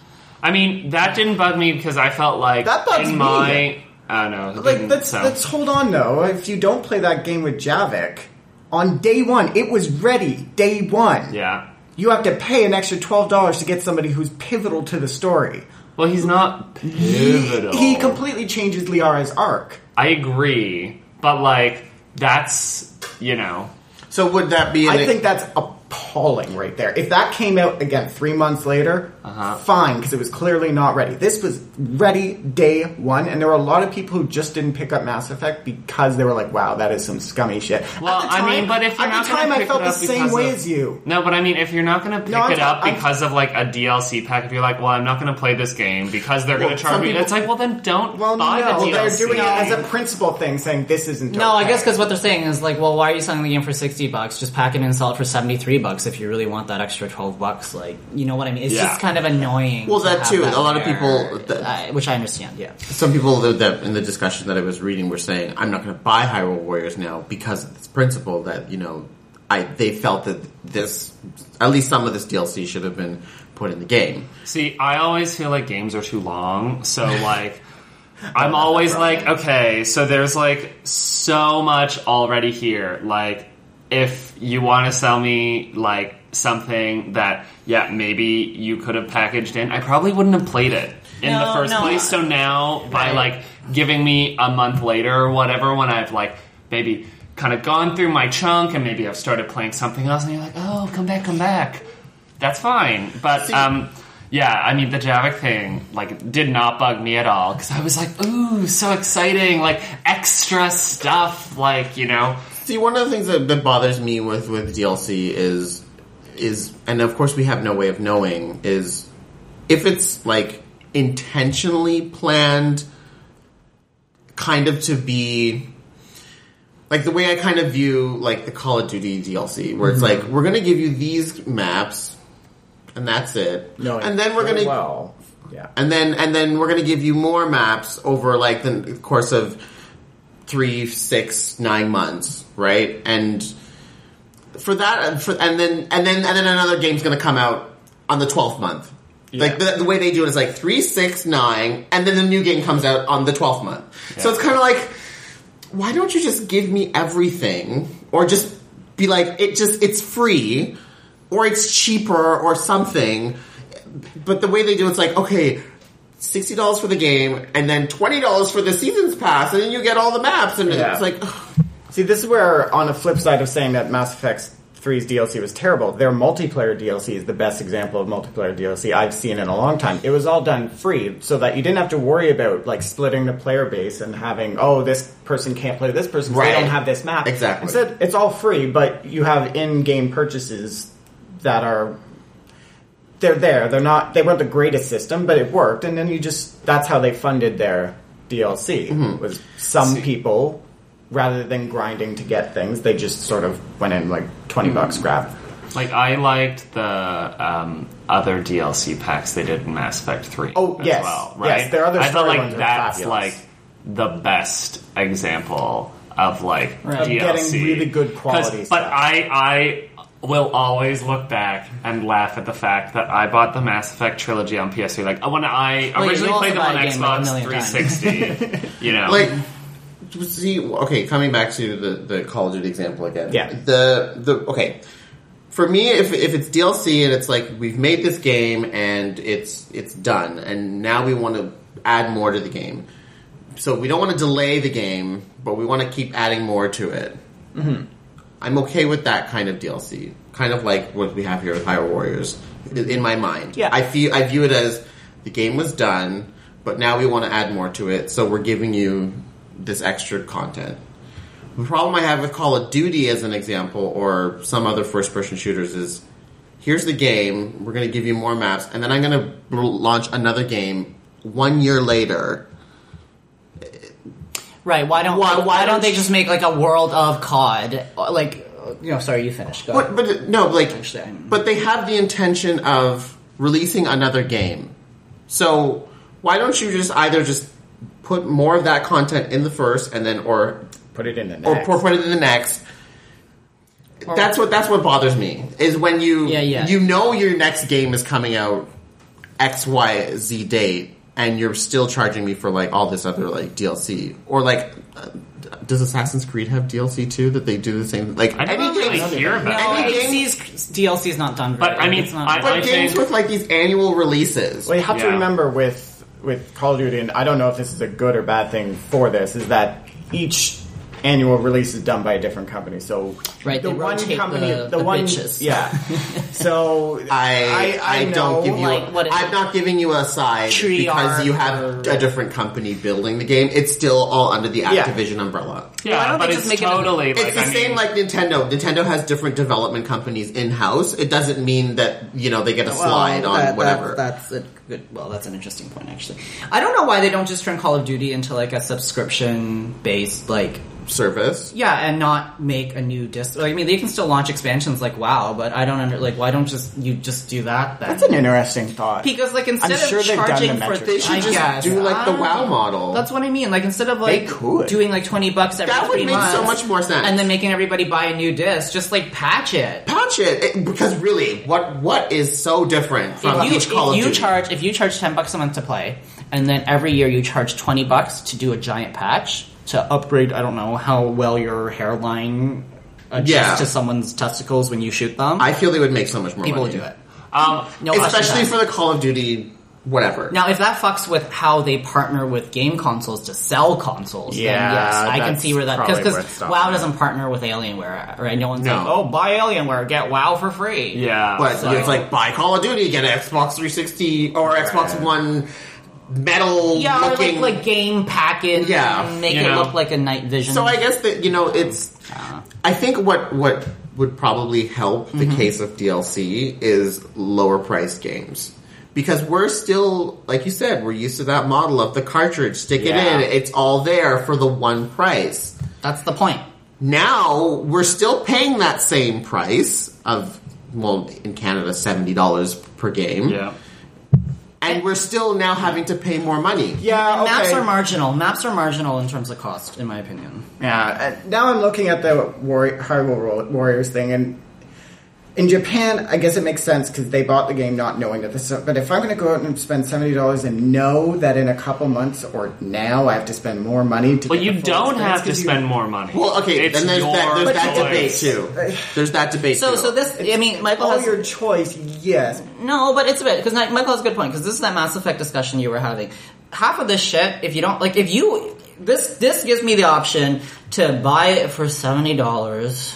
I mean, that didn't bug me because I felt like That bugs in me. my I don't know, it like didn't, let's so. let's hold on though. If you don't play that game with Javik on day one, it was ready day one. yeah. you have to pay an extra twelve dollars to get somebody who's pivotal to the story. Well, he's not pivotal. He completely changes Liara's arc. I agree, but like that's you know So would that be? An I think that's appalling right there. If that came out again three months later, Uh-huh. fine, because it was clearly not ready. This was ready day one, and there were a lot of people who just didn't pick up Mass Effect because they were like, "Wow, that is some scummy shit." At Well, the I mean, but if you're at not the gonna time, I pick felt it the up same because way of- as you. No, but I mean, if you're not going to pick I'm it ta- up I'm- because of like a DLC pack, if you're like, well, I'm not going to play this game because they're Well, going to charge some me, people- it's like, well, then don't Well, buy no, the they're DLC. doing it as a principle thing, saying this isn't. No, I okay. guess because what they're saying is like, well, why are you selling the game for sixty bucks? Just pack it and sell it for seventy three bucks if you really want that extra twelve bucks. Like, you know what I mean? It's Yeah. just kind of annoying. Well, to that have too, a lot of there, people- that- uh, which I understand. Yeah, some people that, that in the discussion that I was reading were saying, "I'm not going to buy Hyrule Warriors now because of this principle that you know, I they felt that this at least some of this DLC should have been put in the game." See, I always feel like games are too long, so like. I'm always like, okay, so there's like so much already here. Like, if you want to sell me like something that, yeah, maybe you could have packaged in, I probably wouldn't have played it in No, the first no. place. So now, by like giving me a month later or whatever, when I've like maybe kind of gone through my chunk and maybe I've started playing something else, and you're like, oh, come back, come back. That's fine, but um, yeah, I mean the Javik thing like did not bug me at all because I was like, ooh, so exciting, like extra stuff, like you know, See, one of the things that, that bothers me with with DLC is is, and of course we have no way of knowing is if it's like intentionally planned, kind of to be like the way I kind of view like the Call of Duty DLC, where it's Mm-hmm. like we're going to give you these maps, and that's it. No, and then we're going to well, yeah. and then and then we're going to give you more maps over like the course of three, six, nine months, right? And for that, and, for, and then and then and then another game's going to come out on the twelfth month. Like the, the way they do it is like three, six, nine, and then the new game comes out on the twelfth month. So it's kind of like, why don't you just give me everything, or just be like, it just it's free, or it's cheaper, or something. But the way they do it's like, okay, sixty dollars for the game, and then twenty dollars for the season's pass, and then you get all the maps, and Yeah. it's like, ugh, See, this is where, on the flip side of saying that Mass Effect 3's DLC was terrible, their multiplayer DLC is the best example of multiplayer DLC I've seen in a long time. It was all done free, so that you didn't have to worry about like splitting the player base and having oh this person can't play this person, so Right. they don't have this map. Exactly. Instead, it's all free, but you have in-game purchases that are they're there. They're not. They weren't the greatest system, but it worked. And then you just that's how they funded their DLC Mm-hmm. was some people rather than grinding to get things, they just sort of went in like Mm-hmm. twenty bucks grab. like I liked the um, other DLC packs they did in Mass Effect Three. Oh, as yes. well, Yes, right? their other I felt story like ones are that's fabulous. like the best example of like Right. Of DLC. getting really good 'Cause- quality But stuff. I I will always look back and laugh at the fact that I bought the Mass Effect trilogy on PS3. Like uh, when I you originally also played them buy on a game, Xbox like, a million times. 360, you know, like. See, okay, coming back to the, the Call of Duty example again. Yeah. The the okay, for me, if if it's DLC and it's like we've made this game and it's it's done, and now we want to add more to the game, so we don't want to delay the game, but we want to keep adding more to it. I'm okay with that kind of DLC, kind of like what we have here with Hyrule Warriors. i- In my mind, Yeah. I feel I view it as the game was done, but now we want to add more to it, so we're giving you this extra content. The problem I have with Call of Duty, as an example, or some other first-person shooters, is here's the game. We're going to give you more maps, and then I'm going to launch another game one year later right. Why don't Why- why, why don't they don't- just make like a world of COD? Uh, Like, uh, you know, sorry, you finish. Go But, ahead. but no, like, Actually, I'm- but they have the intention of releasing another game. So why don't you just either just put more of that content in the first, and then or Put it in the or next. pour- put it in the next? That's what that's what bothers me is when you Yeah, yeah. you know your next game is coming out X Y Z date, and you're still charging me for like all this other like DLC or like uh, does Assassin's Creed have DLC too that they do the same like I didn't anything- really hear No, about Any it. games- DLC's DLC is not done. Very But, I well. mean, it's not. I- but I games think- with like these annual releases. Well, you have to Yeah. remember with with Call of Duty, and I don't know if this is a good or bad thing for this, is that each annual release is done by a different company. So Right, they rotate the- the bitches. yeah. so I I, know, don't give you. like, what is I'm it? not giving you a side Tree because you arc have or- a different company building the game. It's still all under the Yeah. Activision umbrella. Yeah, Why don't but they it's just make it a- totally It's like the I same mean, like Nintendo. Nintendo has different development companies in house. It doesn't mean that you know they get a slide Well, on that- that- whatever. that's a good. Well, that's an interesting point actually. I don't know why they don't just turn Call of Duty into like a subscription based like service. yeah, and not make a new disc. Like, I mean, they can still launch expansions like WoW, but I don't under like why don't just you just do that then? that's an interesting thought. because like instead sure of they've done charging the for metrics. They should I just guess. do like the I don't WoW know. model. That's what I mean. Like instead of They like could. doing like twenty bucks every That would three make months, so much more sense. and then making everybody buy a new disc, just like patch it. patch it, it- because really, what what is so different from if you, each Call if of you Duty? charge if you charge ten bucks a month to play, and then every year you charge twenty bucks to do a giant patch to upgrade. I don't know how well your hairline adjusts Yeah. to someone's testicles when you shoot them. I feel they would make so much more. People would money. do it, um, no question especially about for the Call of Duty, whatever. it. Now, if that fucks with how they partner with game consoles to sell consoles, Yeah, then yes, I can that's see where that probably worth because stopping WoW at. doesn't partner with Alienware, right? No one's No. like, oh, buy Alienware, get WoW for free. yeah, But So- it's like buy Call of Duty, get an Xbox 360 or Xbox Right. One metal yeah, or like looking. like game package, Yeah. and make You it know. look like a night vision. so I guess that you know it's. I think what what would probably help Mm-hmm. the case of DLC is lower priced games. Because we're still, like you said, we're used to that model of the cartridge, stick Yeah. it in, it's all there for the one price. that's the point. now we're still paying that same price of well in canada $70 per game yeah. and we're still now having to pay more money yeah, okay. Maps are marginal. Maps are marginal in terms of cost, in my opinion. Yeah, and Uh, now I'm looking at the Warri- Hyrule Wa- Warriors thing, and in Japan, I guess it makes sense because they bought the game not knowing that this. But if I'm going to go out and spend seventy dollars and know that in a couple months or now I have to spend more money to, Well, get you the full don't experience have to 'cause you- spend more money. well okay It's then there's that, your there's that debate choice. too there's that debate So, too so this, I mean, All Michael has your choice, yes. no, but it's a bit because Michael has a good point because this is that Mass Effect discussion you were having. Half of this shit, if you don't like, if you this this gives me the option to buy it for seventy dollars,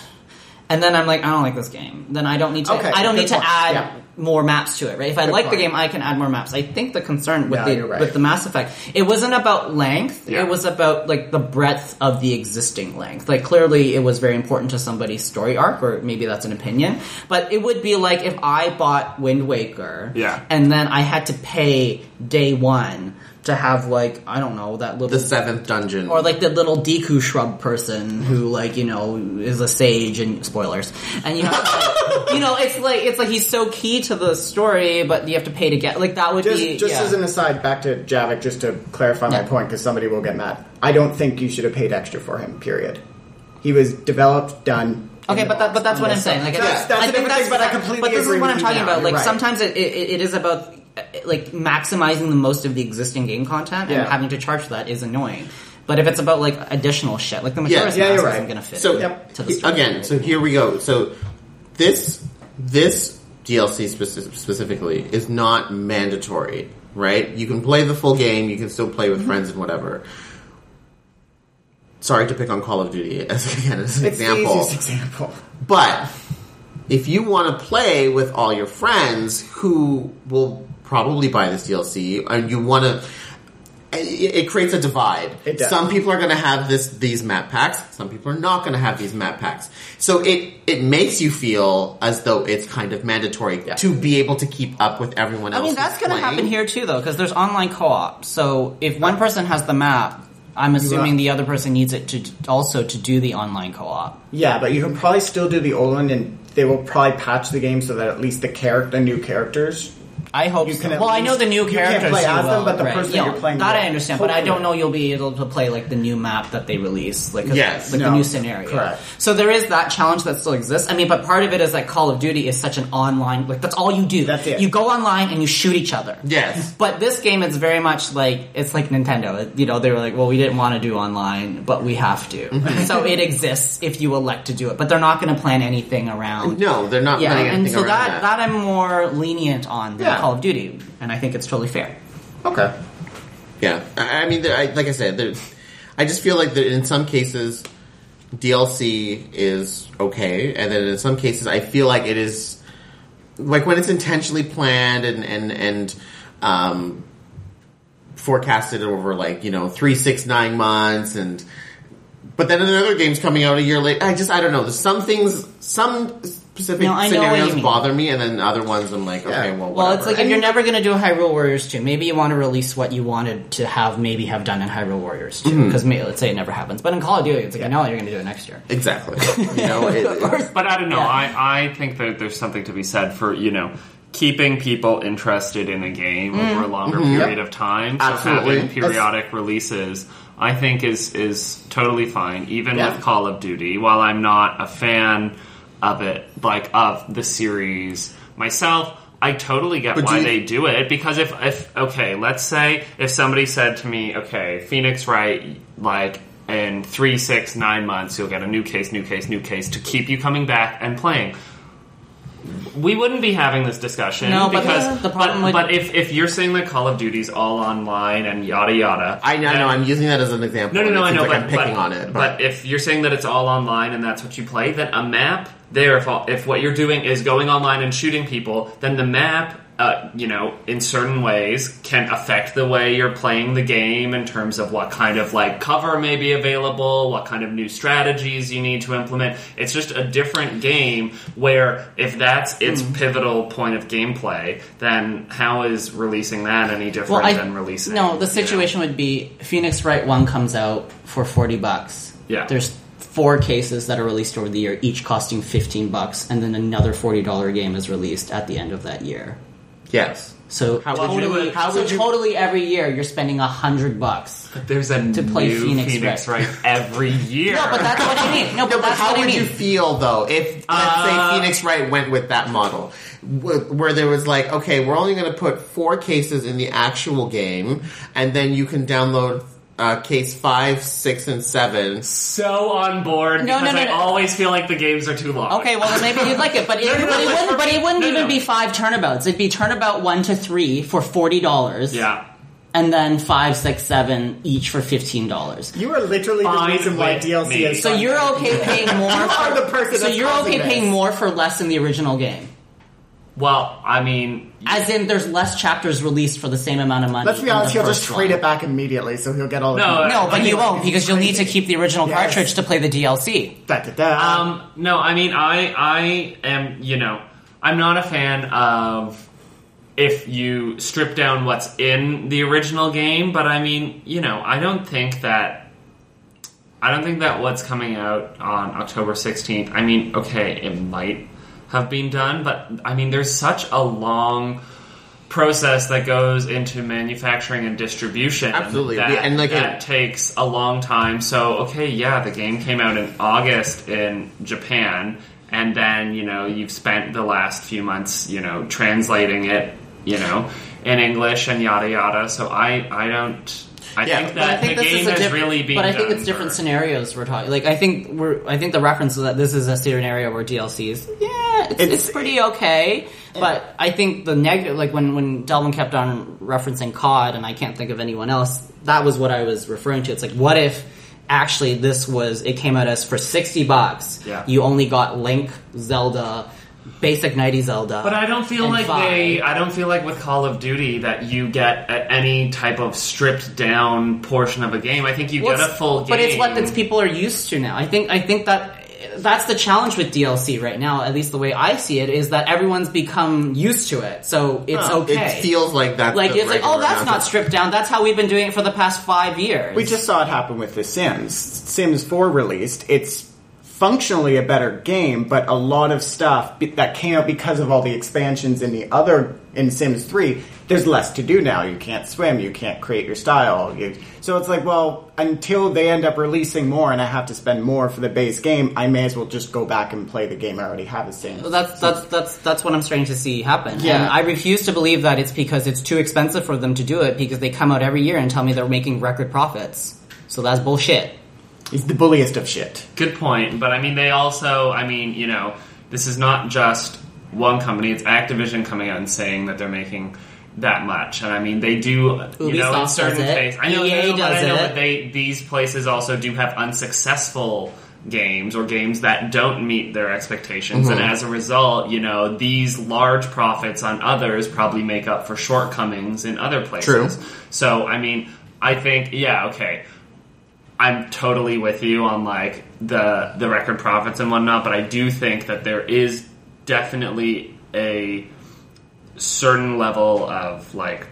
and then I'm like, I don't like this game. Then I don't need to. Okay, I don't good need to point. add. Yeah. More maps to it, right? If I Good like the point. game, I can add more maps. I think the concern with No, the you're right. with the Mass Effect, it wasn't about length. Yeah. It was about like the breadth of the existing length. Like clearly, it was very important to somebody's story arc, or maybe that's an opinion. But it would be like if I bought Wind Waker, Yeah. and then I had to pay day one to have like I don't know that little the seventh dungeon or like the little Deku shrub person who like you know is a sage and spoilers and you know you know it's like it's like he's so key to the story but you have to pay to get like that would Just, be just yeah. as an aside, back to Javik, just to clarify my Yeah. point, because somebody will get mad. I don't think you should have paid extra for him. Period. He was developed, done. in Okay, the but that, box, but that's what and I'm that's saying. Like, it. I- that's, that's I a think different that's thing, but I completely But this agree is what with I'm you talking now. about. You're Like right. sometimes it, it, it is about uh, like maximizing the most of the existing game content, Yeah. and having to charge for that is annoying. But if it's about like additional shit, like the Majora's Yeah, you're Mask right. isn't going to fit so to the he- story. again so here we go so this this dlc speci- specifically is not mandatory right you can play the full game you can still play Mm-hmm. with friends and whatever sorry to pick on call of duty as again as an It's the example easiest example. but if you want to play with all your friends who will probably buy this DLC, and you want to. It it creates a divide. It does. Some people are going to have this these map packs. Some people are not going to have these map packs. So it it makes you feel as though it's kind of mandatory to be able to keep up with everyone I else. mean, that's going to happen here too, though, because there's online co-op. So if one person has the map, I'm assuming the other person needs it to d- also to do the online co-op. Yeah, but you can probably still do the old one, and they will probably patch the game so that at least the character, the new characters, I hope You so. can at Well, I know least- the new you can't characters. play you as them, will, but the right. person Yeah, you're playing That I will. understand, but I don't know you'll be able to play like the new map that they release, like 'cause Yes. like No. the new scenario. Correct. So there is that challenge that still exists. I mean, but part of it is like Call of Duty is such an online like that's all you do. That's it. You go online and you shoot each other. Yes. But this game is very much like it's like Nintendo. It- You know, they were like, well, we didn't want to do online, but we have Mm-hmm. to. so it exists if you elect to do it, but they're not going to plan anything around No, they're not yeah, playing anything and so around that, that I'm more lenient on than Yeah. Call of Duty, and I think it's totally fair. Okay. Yeah, I I mean, there- I, like I said, there, I just feel like that in some cases DLC is okay, and then in some cases I feel like it is like when it's intentionally planned and and and um, forecasted over like you know three, six, nine months, and but then another game's coming out a year later. I just I don't know. There's some things, some specific No, I know what you scenarios mean. bother me, and then other ones I'm like, okay, well, whatever. Well, it's like if you're never going to do a Hyrule Warriors 2, maybe you want to release what you wanted to have maybe have done in Hyrule Warriors 2, because let's say it never happens. But in Call of Duty, it's like, I know you're going to do it next year. exactly. You know, it- But I don't know. Yeah. I, I think that there's something to be said for, you know, keeping people interested in a game over a longer period of time. So Mm. Mm-hmm. Absolutely. having periodic releases, I think, is, is totally fine, even Yeah. with Call of Duty. While I'm not a fan of it, like, of the series myself, I totally get But do why you- they do it because if, if okay, let's say if somebody said to me, okay, Phoenix Wright, like in three, six, nine months, you'll get a new case, new case, new case to keep you coming back and playing. We wouldn't be having this discussion No, but because the- the problem but, with- but if if you're saying that Call of Duty's all online and yada yada, I know, I then- know. I'm using that as an example. no, no, and no. it I seems know, like but I'm picking but- on it, But if you're saying that it's all online and that's what you play, then a map there. If all, if what you're doing is going online and shooting people, then the map, uh, you know, in certain ways can affect the way you're playing the game in terms of what kind of like cover may be available, what kind of new strategies you need to implement. It's just a different game where if that's its Hmm. pivotal point of gameplay, then how is releasing that any different than releasing? No, the you know? situation would be Phoenix Wright 1 comes out for 40 bucks. Yeah. There's four cases that are released over the year, each costing 15 bucks, and then another $40 game is released at the end of that year. yes, So How would you- totally, how so would you- totally every year you're spending a hundred bucks. There's a To play new Phoenix Phoenix, Wright. every year. No, but that's what I mean. No, but, no, but that's how what would I mean. you feel though if let's Uh, say Phoenix Wright went with that model, wh- where there was like, okay, we're only going to put four cases in the actual game, and then you can download uh, case five, six, and seven. so on board No, because no, no, I no. always feel like the games are too long. Okay, well then maybe you'd like it, but it, No, no, no, but but it wouldn't. for- But it wouldn't no, even no. be five turnabouts. It'd be turnabout one to three for forty dollars. Yeah. and then five, six, seven each for fifteen dollars. You are literally the Fine reason why with DLC me. is So fun. you're okay paying more. are for, the person So that's you're causing okay this. paying more for less than the original game. Well, I mean, As in, there's less chapters released for the same amount of money. Let's be in honest, the he'll just first trade one. it back immediately, so he'll get all No, No, but you won't because you'll need to keep the original Yes. cartridge to play the DLC. Da, da, da. um, no, I mean, I, I am, you know, I'm not a fan of if you strip down what's in the original game, but I mean, you know, I don't think that. I don't think that what's coming out on October 16th, I mean, okay, it might have been done, but I mean, there's such a long process that goes into manufacturing and distribution. Absolutely. That, And, like, that it- takes a long time. So, okay, yeah, the game came out in August in Japan, and then, you know, you've spent the last few months, you know, translating it, you know, in English and yada yada. So I, I don't. I Yeah, think but that but I think the this game is a has diff- really been. But I think done it's different for- scenarios we're talking. Like I think we're. I think the reference is that this is a scenario where DLC is. Yeah, it's, it's, It's- pretty okay. But I think the negative, like when when Delvin kept on referencing COD, and I can't think of anyone else. That was what I was referring to. It's like, what if actually this was? It came at us for sixty bucks. Yeah. You only got Link, Zelda, basic Nighty Zelda. But I don't feel and like Vi. they. I don't feel like with Call of Duty that you get a, any type of stripped down portion of a game. I think you Well, get a it's- full game. But it's what that's people are used to now. I think I think that that's the challenge with DLC right now, at least the way I see it, is that everyone's become used to it. So it's okay. It feels like that's like the it's like, oh, regular that's amount not of- stripped down. That's how we've been doing it for the past five years. we just saw it happen with The Sims. Sims 4 released. It's functionally a better game, but a lot of stuff be- that came out because of all the expansions in the other in Sims 3, there's less to do now. You can't swim, you can't create your style. You, so it's like, well, until they end up releasing more and I have to spend more for the base game, I may as well just go back and play the game I already have as Sims. Well, that's that's that's that's what I'm starting to see happen. Yeah. And I refuse to believe that it's because it's too expensive for them to do it because they come out every year and tell me they're making record profits. So that's bullshit. It's the bulliest of shit. Good point, but I mean, they also, I mean, you know, this is not just one company. It's Activision coming out and saying that they're making that much, and I mean, they do, you know, in Ubisoft certain does it. cases. I know, no, EA but I does know it. that they these places also do have unsuccessful games or games that don't meet their expectations, Mm-hmm. and as a result, you know, these large profits on others probably make up for shortcomings in other places. True. So, I mean, I think, yeah, okay. I'm totally with you on like the the record profits and whatnot, but I do think that there is definitely a certain level of like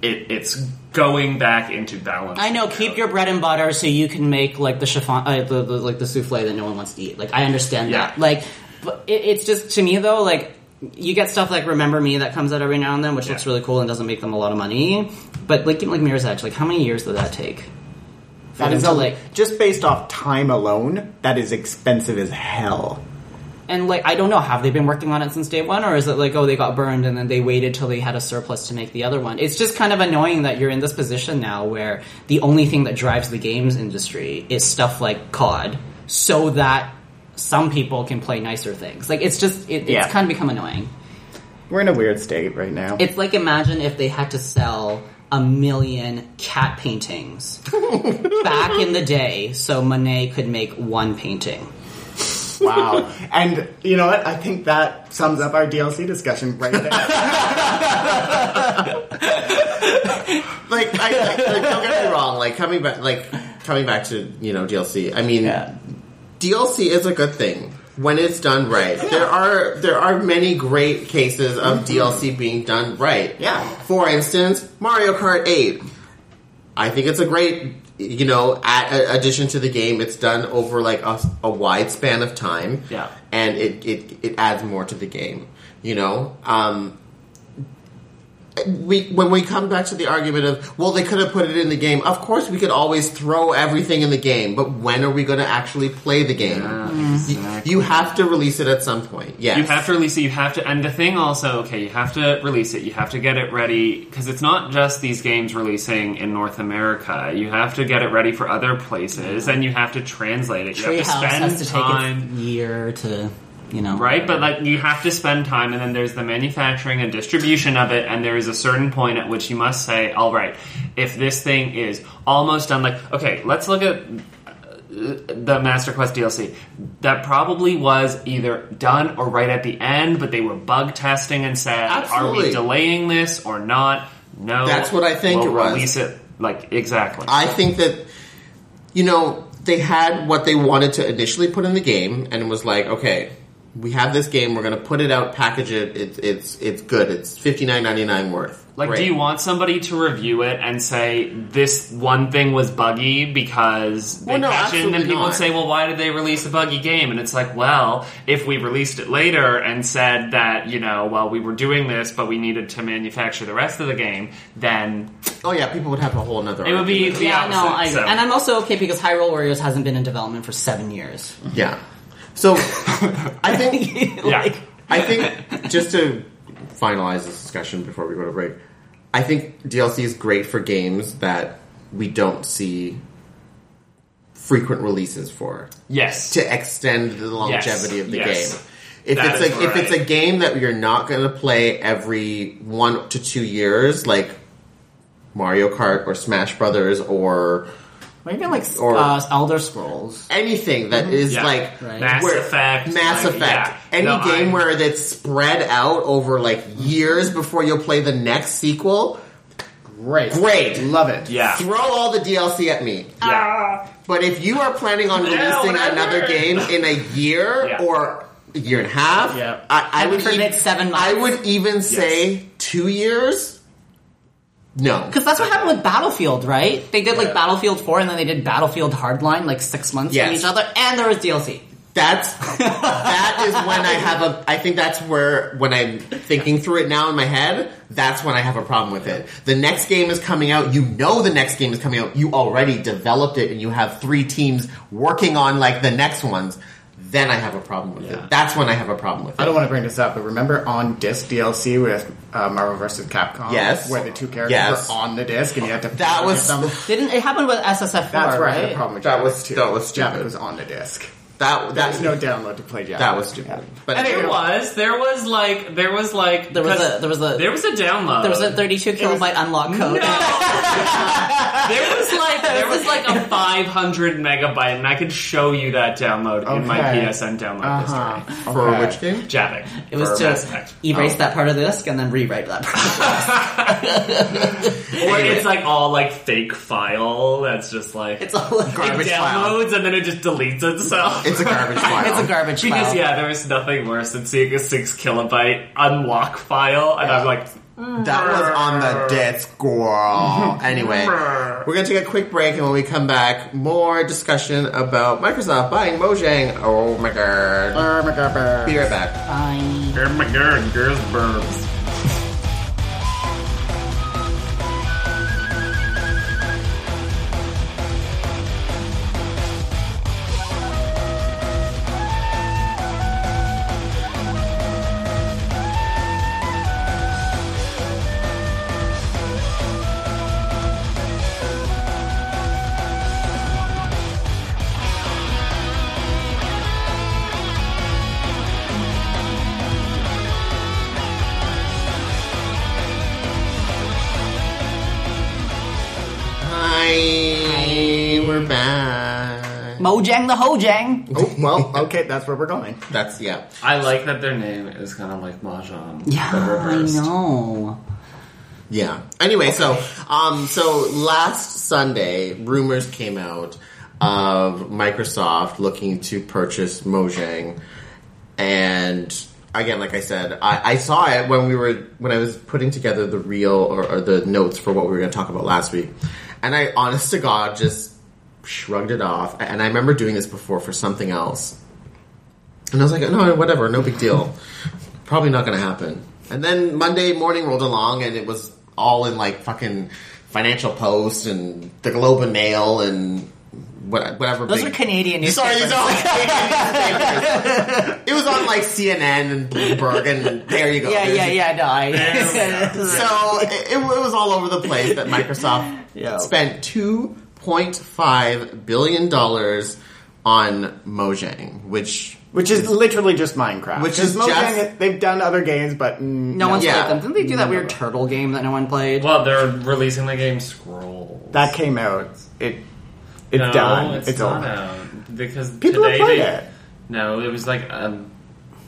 it, it's going back into balance. I know. Keep your bread and butter so you can make like the chiffon, uh, the, the, like the souffle that no one wants to eat. Like I understand Yeah. that. Like, but it, it's just to me though. Like you get stuff like Remember Me that comes out every now and then, which Yeah. looks really cool and doesn't make them a lot of money. But like like Mirror's Edge, like how many years did that take? For That them to, is a, just based off time alone, that is expensive as hell. And like I don't know, have they been working on it since day one, or is it like oh they got burned and then they waited till they had a surplus to make the other one? It's just kind of annoying that you're in this position now where the only thing that drives the games industry is stuff like COD, so that some people can play nicer things. Like it's just it, it's Yeah. kind of become annoying. We're in a weird state right now. It's like imagine if they had to sell a million cat paintings back in the day, so Monet could make one painting. wow. and you know what? I think that sums up our DLC discussion right there. like, I, I, like don't get me wrong. Like coming back, like coming back to you know DLC. I mean, DLC is a good thing when it's done right. There are there are many great cases of DLC being done right. Yeah. For instance, Mario Kart Eight. I think it's a great you know at, a, addition to the game. It's done over like a, a wide span of time. Yeah. and it it it adds more to the game. You know. Um, we when we come back to the argument of well they could have put it in the game of course we could always throw everything in the game but when are we going to actually play the game exactly. you have to release it at some point yes You have to release it. You have to, and the thing also, okay, you have to release it. You have to get it ready because it's not just these games releasing in North America. You have to get it ready for other places, and you have to translate it. You have to Treehouse spend has to time. take a year to, you know, right? But like you have to spend time, and then there's the manufacturing and distribution of it, and there is a certain point at which you must say, all right, if this thing is almost done, like okay, let's look at uh, the Master Quest DLC. That probably was either done or right at the end, but they were bug testing and said, are Absolutely. we delaying this or not? No, That's what I think we'll it was. Release it like exactly. I think that you know they had what they wanted to initially put in the game, and it was like, okay, we have this game. We're going to put it out, package it. It's it's it's good. It's fifty nine ninety nine worth. Like, Great. do you want somebody to review it and say this one thing was buggy because they Well, no, catch it, and then absolutely people not. say, "Well, why did they release a buggy game?" And it's like, well, if we released it later and said that you know, well, we were doing this, but we needed to manufacture the rest of the game, then Oh yeah, people would have a whole another. it would be the Yeah, opposite. no, I, so. and I'm also okay because Hyrule Warriors hasn't been in development for seven years. yeah. So I think yeah. I think just to finalize this discussion before we go to break, I think DLC is great for games that we don't see frequent releases for yes, to extend the longevity of the yes. game. If That it's is a if it's a right. game that you're not going to play every one to two years, like Mario Kart or Smash Brothers or Or even like Or- uh, Elder Scrolls. anything that is Yeah. like Right. Mass where- Effect, Mass like, Effect. yeah. Any No, game I'm- where that's spread out over like years before you'll play the next sequel, Great. Great. Love it. yeah, throw all the DLC at me. Ah. yeah. But if you are planning on releasing whatever. another game in a year Yeah. or a year and a half, Yeah. I, I would forbid even, seven months. I would even say two years. No. Because that's what happened with Battlefield, right? They did like Yeah. Battlefield 4 and then they did Battlefield Hardline like six months from Yes. each other, and there was DLC. That's that is when I have a. I think that's where when I'm thinking through it now in my head. That's when I have a problem with it. The next game is coming out. You know the next game is coming out. You already developed it, and you have three teams working on like the next ones. Then I have a problem with Yeah. it. That's when I have a problem with it. I don't want to bring this up, but remember on disc DLC with uh, Marvel vs. Capcom? Yes. Where the two characters Yes. were on the disc and you had to. That was- them. Didn't it happen with SSF4? That's where I had right? a problem with That Jabbit, was- too. that was Jabbit stupid. was on the disc. That that There's no download to play Jabbit. that was stupid. But And there was, there was like, there was like, There was because a- there was a- there was a download. There was a 32 kilobyte unlock No. code. there was like there was like a 500 megabyte, and I could show you that download in my Okay. PSN download Uh-huh. history. for Okay. which game? Javik. It was for to Mass Effect. erase that part of the disc and then rewrite that part. Oh. Or it's like all like fake file that's just like it's all like, Garbage it file. downloads and then it just deletes itself. It's a garbage file. It's a garbage because file. yeah, there was nothing worse than seeing a six kilobyte unlock file, and I'm like, That was on the disc, girl. anyway, we're going to take a quick break, and when we come back, more discussion about Microsoft buying Mojang. Oh my god. Be right back. Fine. oh my god, girls burps. Hi. We're back. Mojang the Hojang. Oh, well, okay, that's where we're going. That's, yeah. I like that their name is kind of like mahjong. Yeah, but I reversed. know. Yeah. Anyway, so um, so last Sunday, rumors came out of Microsoft looking to purchase Mojang, and again, like I said, I, I saw it when we were when I was putting together the reel or, or the notes for what we were going to talk about last week, and I, honest to God, just shrugged it off. And I remember doing this before for something else, and I was like, no, whatever, no big deal. Probably not going to happen. And then Monday morning rolled along and it was all in like fucking Financial Post and the Globe and Mail and what- whatever. Those big- are Canadian Sorry, newspapers. these are all Canadian newspapers. It was on like CNN and Bloomberg and there you go. yeah, There's yeah, your yeah. No, I. so it, it was all over the place that Microsoft Yeah. spent two point five billion dollars on Mojang, which Which is literally just Minecraft. Which 'Cause is Mojang, just- They've done other games, but. mm, no one's Yeah. played them. Didn't they do that weird turtle game that no one played? Well, they're releasing the game Scrolls. That came out. It, it's no, done. It's, It's, not over. out because People have today played they- it. No, it was like um,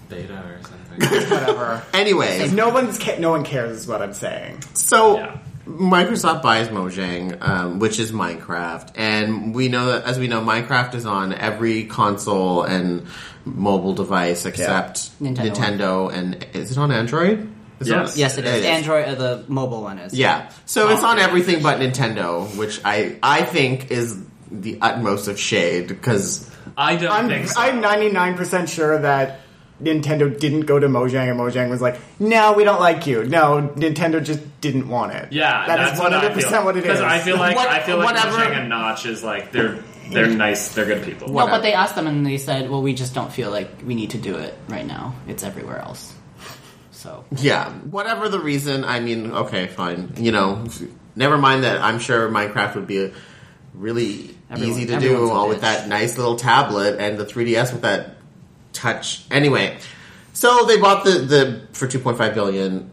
beta or something. Whatever. anyways, no one's ca- no one cares is what I'm saying. so Yeah. Microsoft buys Mojang, um, which is Minecraft, and we know that as we know, Minecraft is on every console and mobile device except Nintendo. Nintendo. and is it on Android? Is it on- Yes. yes, it is. It is. Android, uh, the mobile one is. Yeah. So it's Oh. on everything but Nintendo, which I I think is the utmost of shade because I don't I'm think so. I'm 99% sure that Nintendo didn't go to Mojang and Mojang was like, "No, we don't like you." No, Nintendo just didn't want it. yeah, that that's is what 100% I feel. what, it is. Because I feel like What- I feel like whatever- Mojang and Notch is like they're they're nice, they're good people. No, but they asked them and they said, "Well, we just don't feel like we need to do it right now. It's everywhere else." So yeah, whatever the reason, I mean, okay, fine. You know, never mind that. I'm sure Minecraft would be really Everyone- easy to do everyone's a all bitch. with that nice little tablet and the 3DS with that touch. Anyway, so they bought the the for 2.5 billion.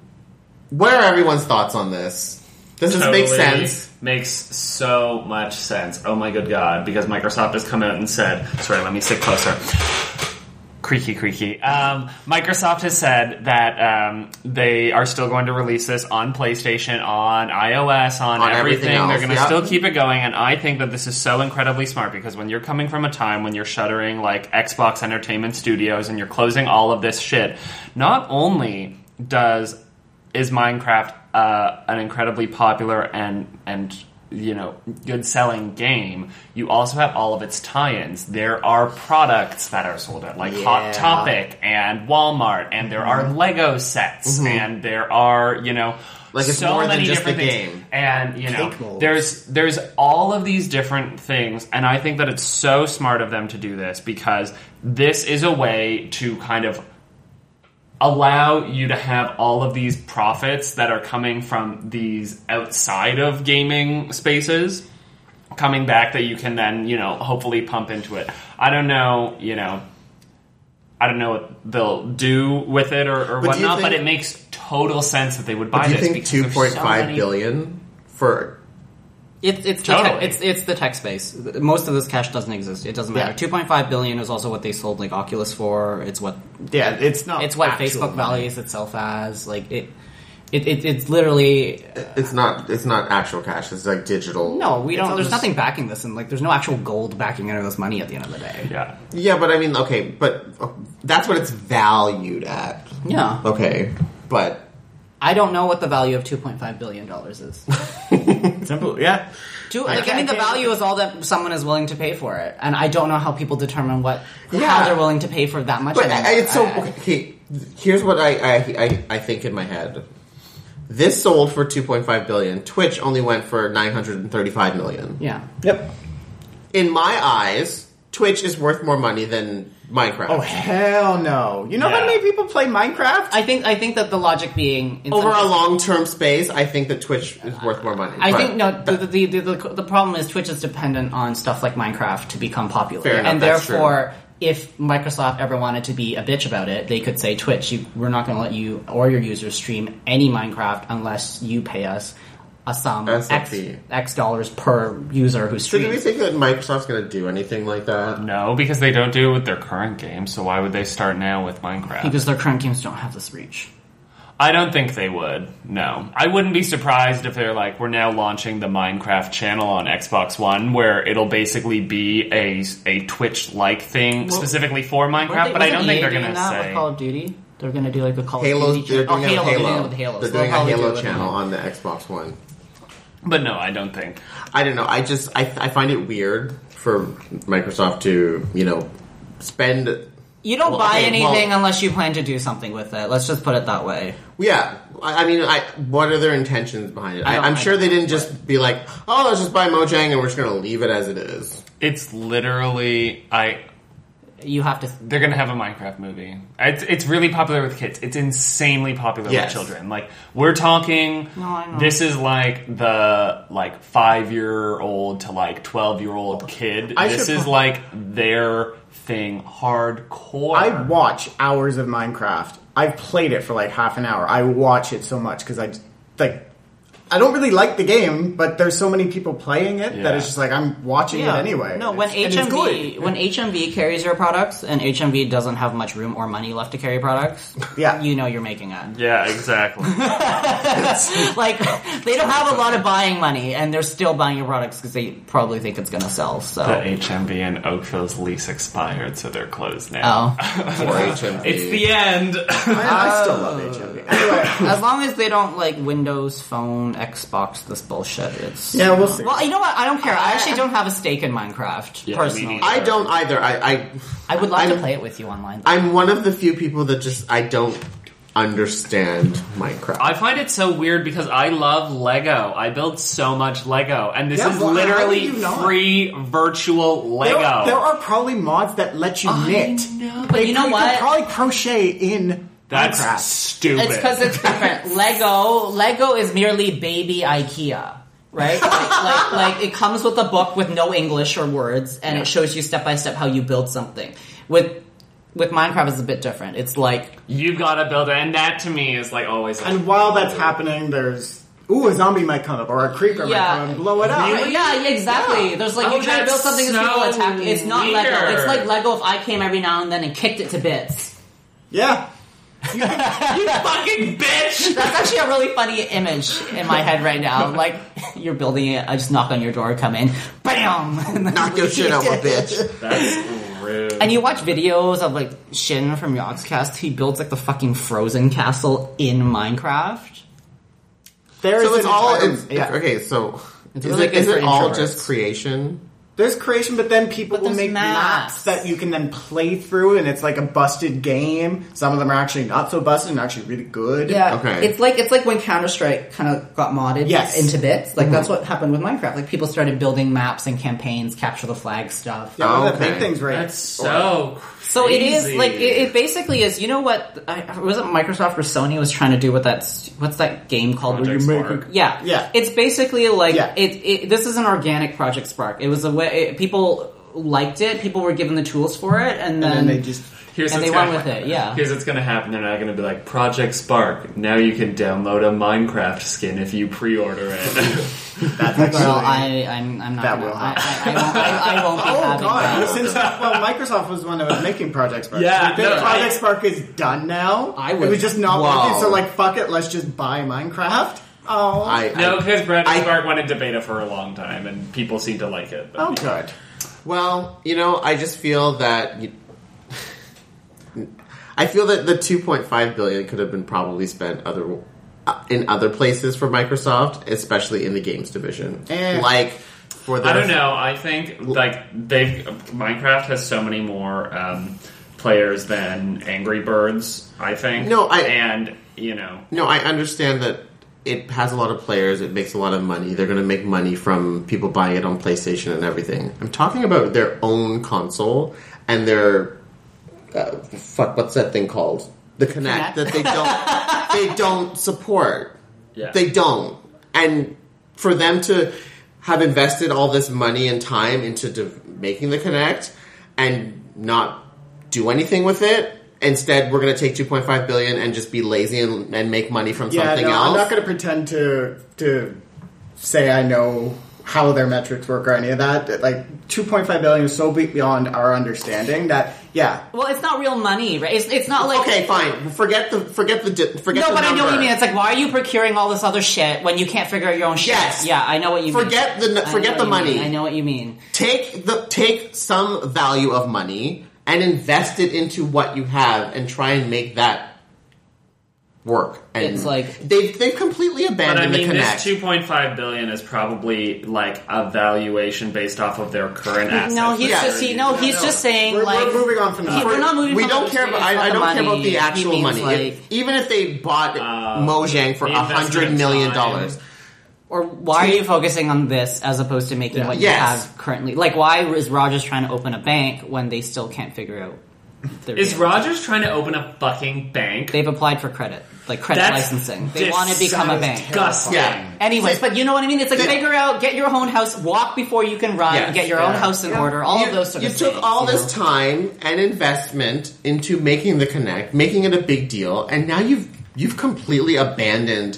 What are everyone's thoughts on this? Does this make Totally sense? Makes so much sense. Oh my good god! Because Microsoft has come out and said, "Sorry, let me sit closer." Creaky, creaky. Um, Microsoft has said that um, they are still going to release this on PlayStation, on iOS, on, On everything. everything else, They're going to yeah. still keep it going, and I think that this is so incredibly smart because when you're coming from a time when you're shuttering like Xbox Entertainment Studios and you're closing all of this shit, not only does is Minecraft uh, an incredibly popular and and you know good selling game, you also have all of its tie-ins. There are products that are sold at like Yeah. Hot Topic and Walmart, and there are Lego sets, and there are you know. Like, it's so more than many just different the things. game. and you know Cake molds. there's there's all of these different things and i think that it's so smart of them to do this because this is a way to kind of allow you to have all of these profits that are coming from these outside of gaming spaces coming back that you can then you know hopefully pump into it i don't know you know i don't know what they'll do with it or, or But do you whatnot but think- it makes total sense that they would buy Do you this think because two there's so point five many- billion for It's it's the Totally. te- it's it's the tech space. Most of this cash doesn't exist. It doesn't matter. Yeah. Two point five billion is also what they sold like Oculus for. It's what Yeah, it's not. it's what actual Facebook money. values itself as. Like it, it, it it's literally It's not. It's not actual cash. It's like digital. no. We It's don't. all There's just- nothing backing this, and like there's no actual gold backing any of this money at the end of the day. yeah Yeah, but I mean, okay, but uh, that's what it's valued at. Yeah, Okay, but I don't know what the value of two point five billion dollars is. Simple, yeah. Two, like, I mean, the value is all that someone is willing to pay for it, and I don't know how people determine what Yeah. how they're willing to pay for that much. But of it. I, I- it's so I- okay. okay, Here's what I I, I I think in my head. This sold for 2.5 billion. Twitch only went for 935 million. yeah. Yep. In my eyes, Twitch is worth more money than Minecraft. Oh hell no! You know how Yeah. many people play Minecraft? I think I think that the logic being in Over some- a long-term space, I think that Twitch is worth more money. I But think no. The, the, the, the, the problem is Twitch is dependent on stuff like Minecraft to become popular, Fair enough, and that's therefore, if Microsoft ever wanted to be a bitch about it, they could say, "Twitch, you, we're not going to let you or your users stream any Minecraft unless you pay us a sum That's a x fee. x dollars per user who So do we streams." think that Microsoft's going to do anything like that? No, because they don't do it with their current game, so why would they start now with Minecraft? because their current games don't have this reach. I don't think they would. No. I wouldn't be surprised if they're like, we're now launching the Minecraft channel on Xbox One, where it'll basically be a, a Twitch like thing Well, specifically for Minecraft, Weren't but I wasn't don't think EA they're doing E going to that say. with Call of Duty. They're going to do like a Call of Halo's Duty. they're channel. doing oh, a Halo, they're doing it Halo. with Halo. They're So doing a they'll probably do it Halo with channel Halo. on the Xbox One. But no, I don't think. I don't know. I just I, I find it weird for Microsoft to you know spend. You don't Well, buy okay, anything well- unless you plan to do something with it. Let's just put it that way. Yeah, I, I mean, I what are their intentions behind it? I I don't- I, am I sure don't they know didn't just be like, oh, let's just buy Mojang and we're just gonna leave it as it is. It's literally. I. You have to. They're gonna have a Minecraft movie. It's, it's really popular with kids. It's insanely popular Yes. with children. Like we're talking, No, I know. this is like the like five year old to like twelve year old kid. I this should is pro- like their thing, hardcore. I watch hours of Minecraft. I've played it for like half an hour. I watch it so much because I just- like. I don't really like the game, but there's so many people playing it that Yeah. it's just like I'm watching it anyway. No, when It's- and it's HMV good. when HMV carries your products and HMV doesn't have much room or money left to carry products, Yeah. you know you're making it. yeah, exactly. Like they don't have a lot of buying money and they're still buying your products because they probably think it's going to sell. the So HMV in Oakville's lease expired, so they're closed now. oh, Or HMV. It's the end. I, I still love HMV. Anyway, as long as they don't like Windows Phone, Xbox, this bullshit. It's yeah, we'll see. Well, you know what? I don't care. I actually don't have a stake in Minecraft Yeah, me personally. neither. I don't either. I, I I would love I'm- to play it with you online. I'm one of the few people that just I don't understand Minecraft. I find it so weird because I love Lego. I build so much Lego, and this Yeah, is well, how do literally you not? free virtual there, Lego. there are probably mods that let you knit. know. But you know could what? probably crochet in That's Minecraft. stupid. It's because it's different. Lego Lego is merely baby IKEA, right? Like, like, like it comes with a book with no English or words, and it shows you step by step how you build something. With with Minecraft, it's a bit different. It's like you've got to build it, and that to me is like always. Like, And while that's happening, there's ooh a zombie might come up or a creeper might Yeah. come up and blow it up. Yeah, yeah, exactly. There's like Oh, you try to that's build something and people so attack. It's not Lego. weird. It's like Lego if I came every now and then and kicked it to bits. Yeah. fucking bitch. That's actually a really funny image in my head right now. Like you're building it, I just knock on your door, come in, bam, and then Knock your shit over, bitch. That's rude. And you watch videos of like Shin from Yogscast. He builds like the fucking Frozen castle in Minecraft. There is so it's an all entire- it's, yeah. okay. So It's is really it, good is for it all introverts. just creation? There's creation, but then people But will there's make maps. maps. that you can then play through, and it's like a busted game. Some of them are actually not so busted and actually really good. Yeah, Okay. it's like it's like when Counter Strike kind of got modded Yes. Mm-hmm. into bits. Like that's what happened with Minecraft. Like people started building maps and campaigns, capture the flag stuff. Yeah, one of the Okay. big things, right? That's so crazy. So it is like it, it basically is. You know what? I, was it Microsoft or Sony was trying to do with that? s- What's that game called? Project where you Spark. make a- yeah, Yeah. It's basically like Yeah. it, it. This is an organic Project Spark. It was a way it, people liked it. People were given the tools for it, and then, and then they just Here's and what's they went gonna with it, yeah. happen. Here's what's gonna happen. They're not gonna be like Project Spark. Now you can download a Minecraft skin if you pre-order it. that's well, actually- I, I'm, I'm not. That gonna, will I, I, I, won't, I, I won't be Oh having god! that. Since well, Microsoft was one that was making Project Spark. Yeah, Their no, Project I- Spark is done now. I it would- was just not Wow. working. So like, fuck it, let's just buy Minecraft. Oh, I, no, I because Project I- Spark went into beta for a long time, and people seem to like it. oh good. well, you know, I just feel that. You, I feel that the 2.5 billion could have been probably spent other uh, in other places for Microsoft, especially in the games division, Eh. like for the I don't know. I think like they've Minecraft has so many more um, players than Angry Birds. I think. No, I- and you know No, I understand that it has a lot of players. It makes a lot of money. They're going to make money from people buying it on PlayStation and everything. I'm talking about their own console and their uh, fuck. What's that thing called? The Connect Kinect. that they don't they don't support. Yeah. They don't. And for them to have invested all this money and time into de- making the Connect and not do anything with it. Instead, we're going to take 2.5 billion and just be lazy and, and make money from Yeah, something no, else. I'm not going to pretend to to say I know how their metrics work or any of that. Like 2.5 billion is so be- beyond our understanding that yeah, Well, it's not real money, right? It's, it's not like okay, fine. Forget the forget the di- forget. No, the but I know what you number. mean. It's like, why are you procuring all this other shit when you can't figure out your own shit? Yes. Yeah, I know what you Forget mean. the n- I know forget what the you mean. money. I know what you mean. take the take some value of money and invest it into what you have and try and make that work. And It's like- they've they've completely But I abandoned mean, the this connect. 2.5 billion is probably like a valuation based off of their current assets. No, he's Yeah. just he, no, he's just saying we're, like we're moving on from he- that. we're not moving. we from don't the care about. experience, I, I not the don't care about money. the actual he means, money. Like, If- even if they bought Uh, Mojang for the a hundred investment million time. dollars, or why are you focusing on this as opposed to making what you Yes. have currently? Like, why is Rogers trying to open a bank when they still can't figure out? Their Is deal? Rogers trying to open a fucking bank? They've applied for credit, like credit That's licensing. They want to become a bank. Disgusting. Yeah. Anyways, but you know what I mean. It's like They- figure out, get your own house, walk before you can run, Yes, get your own yeah. house in order. All you, of those sort you of took things, all you this know? time and investment into making the connect making it a big deal and now you've you've completely abandoned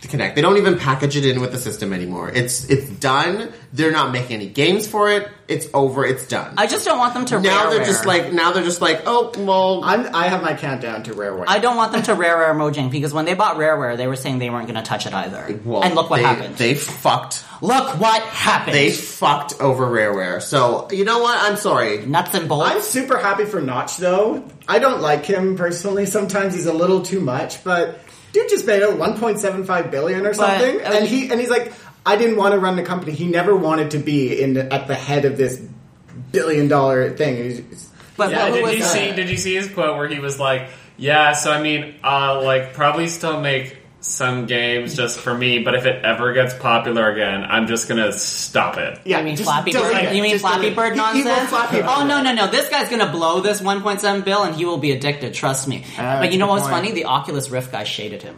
the connect they don't even package it in with the system anymore it's it's done they're not making any games for it it's over it's done I just don't want them to. now they're rareware. just like now they're just like oh well I'm, I have my countdown to rare I one. don't want them to rareware Mojang because when they bought Rareware, they were saying they weren't going to touch it either. well, and look what they- happened. they fucked look what happened. they fucked over rareware so you know what i'm sorry Nuts and bolts. I'm super happy for Notch though. I don't like him personally. Sometimes he's a little too much, but dude just made out 1.75 billion or something, I and mean- he and he's like, I didn't want to run the company. He never wanted to be in the, at the head of this billion dollar thing. He's- but Yeah, what did was you that? see? Did you see his quote where he was like, "Yeah, so I mean, uh, like probably still make some games just for me, but if it ever gets popular again, I'm just gonna stop it." yeah, you mean just Flappy delete Bird? it. you mean Just Flappy delete it. Bird He- he will nonsense? Flappy Bird. Oh no no no! This guy's gonna blow this 1.7 bill, and he will be addicted. Trust me. Ah, but you know good what's point. funny? The Oculus Rift guy shaded him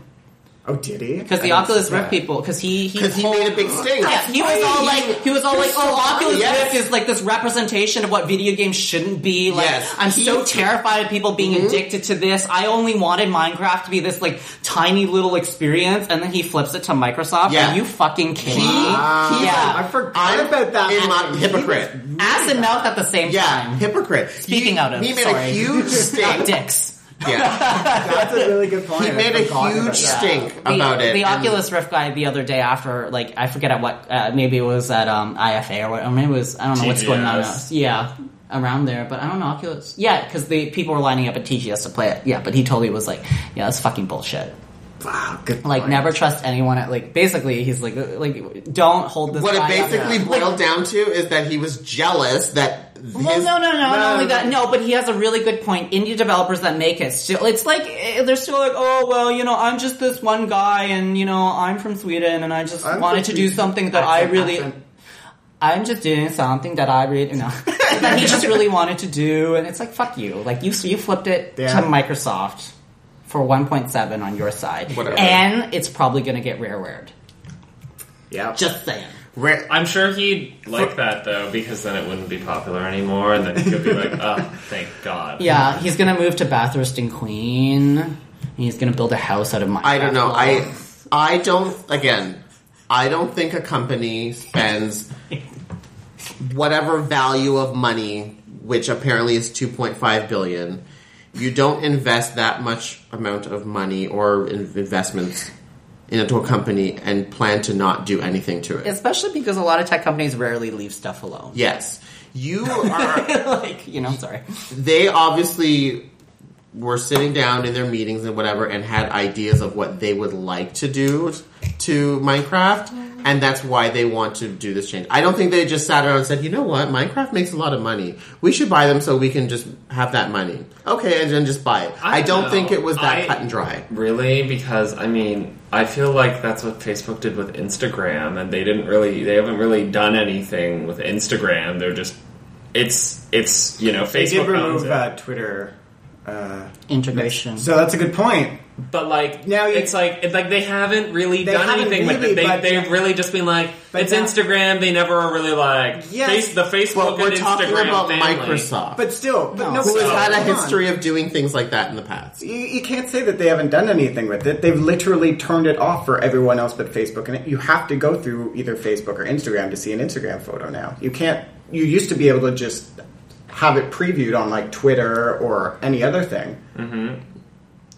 Oh, did he? because the I Oculus didn't- Rift people because he he, because he pulled- made a big sting Yeah, he was all like, he was all like, oh, Oculus Yes. Rift is like this representation of what video games shouldn't be. Like, Yes. Mm-hmm. I'm He- so terrified of people being addicted to this. I only wanted Minecraft to be this like tiny little experience, and then he flips it to Microsoft. Yeah. Are you fucking kidding me? he- I yeah, forgot Um, I'm about that. in my- hypocrite. ass and mouth at the same Yeah, time. hypocrite. Speaking he, out of, he made sorry. a huge Not stink. dicks. yeah, That's a really good point. Oh, he I made a forgot about huge that. stink about the, it. The and- Oculus Rift guy the other day after, like, I forget at what, uh, maybe it was at um, IFA or what, or maybe it was, I don't know what's going on. TGS. Now. Yeah, around there, but I don't know, Oculus. Yeah, because the people were lining up at TGS to play it. Yeah, but he totally was like, yeah, that's fucking bullshit. Wow, good Like point. never trust anyone. At, like basically, he's like like don't hold this. What it guy up. basically boiled down to is that he was jealous that Well, his- no, no, no, no, not only no. that. No, but he has a really good point. Indie developers that make it still, it's like eh, they're still like, oh well, you know, I'm just this one guy, and you know, I'm from Sweden, and I just I'm wanted to from do Sweden. something that I Accent, really, accent. I'm just doing something that I really, no, that he just really wanted to do, and it's like, fuck you, like you, you flipped it Yeah. to Microsoft for 1.7 on your side, Whatever. and it's probably gonna get rarewared. Yeah. Just saying. Ra- I'm sure he'd like that though, because then it wouldn't be popular anymore, and then he could be like, "Oh, thank God." Yeah, he's gonna move to Bathurst in Queen. And he's gonna build a house out of Minecraft. I don't know. I blocks. I don't again. I don't think a company spends whatever value of money, which apparently is two point five billion. You don't invest that much amount of money or in- investments into a company and plan to not do anything to it. especially because a lot of tech companies rarely leave stuff alone. yes, you are. like you know, I'm sorry. they obviously were sitting down in their meetings and whatever and had ideas of what they would like to do to Minecraft Mm-hmm. and that's why they want to do this change. I don't think they just sat around and said, "You know what? Minecraft makes a lot of money. We should buy them so we can just have that money." Okay, and then just buy it. I, I don't know. think it was that I- cut and dry. Really? Because I mean, I feel like that's what Facebook did with Instagram, and they didn't really, they haven't really done anything with Instagram. They're just, it's, it's, you know, Facebook. They did owns remove it. uh, Twitter. Uh, Integration. so that's a good point. But like Now now, you- it's like it's like they haven't really They done haven't anything really, with it. but- They, they've really just been like But it's now- Instagram. They never are really like Yes, face, the Facebook But we're and talking Instagram about family. Microsoft, But still, but No, no, who has come had a on. history of doing things like that in the past. You, you can't say that they haven't done anything with it. They've literally turned it off for everyone else but Facebook, and you have to go through either Facebook or Instagram to see an Instagram photo now. You can't. You used to be able to just have it previewed on like Twitter or any other thing.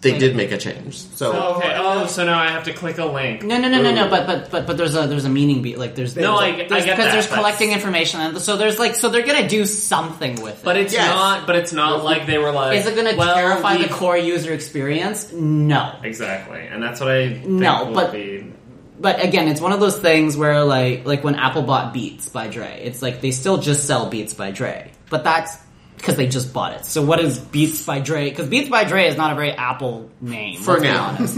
They did make a change. So, Okay. Oh, so now I have to click a link. no, no, no, no, no. But but but but there's a there's a meaning. Be like there's No, I- I there's, get that, there's but- collecting information, and so there's like so they're gonna do something with it. But it's Yes. not. But it's not like they were like. is it gonna well, terrify we- the core user experience? No. Exactly, and that's what I think No, will but- be. But again, it's one of those things where like like when Apple bought Beats by Dre, it's like they still just sell Beats by Dre, but that's because they just bought it. So what is Beats by Dre? Because Beats by Dre is not a very Apple name For let's be now. honest.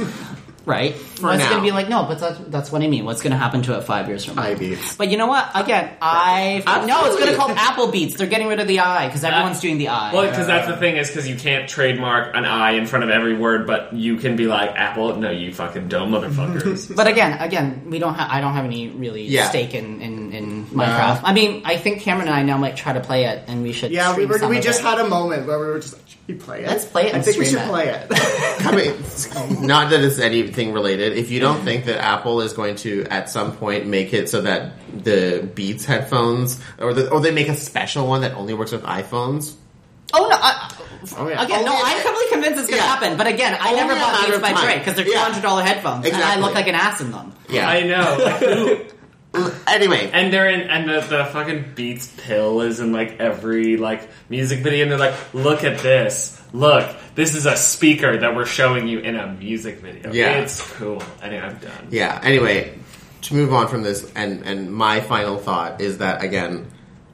right? For it's now. gonna be like no, but that's that's what I mean. What's gonna happen to it five years from now? iBeats. But you know what? Again, I no, it's gonna be called Apple Beats. They're getting rid of the I because everyone's doing the I. Well, because that's the thing is because you can't trademark an I in front of every word, but you can be like Apple. No, you fucking dumb motherfuckers. But again, again, we don't. Ha- I don't have any really Yeah. stake in in, in Minecraft. I mean, I think Cameron and I now might try to play it, and we should. Yeah, we stream were, some we of just it. had a moment where we were just like, should we play it? Let's play it I and think we stream should it. play it. I mean, not that it's anything related. If you don't think that Apple is going to at some point make it so that the Beats headphones, or the, or they make a special one that only works with iPhones, Oh no! I, oh yeah. again, no, Only- I'm completely convinced it's gonna Yeah. happen. But again, I Only never a bought matter Beats of by time. Dre because they're Yeah. two hundred dollar headphones, and Exactly. I look like an ass in them. yeah. I know. Like, who- anyway, And they're in, and the, the fucking Beats pill is in like every like music video, and they're like, look at this, look, this is a speaker that we're showing you in a music video. Yeah. it's cool. Anyway, I'm done. yeah. Anyway, to move on from this, and and my final thought is that again,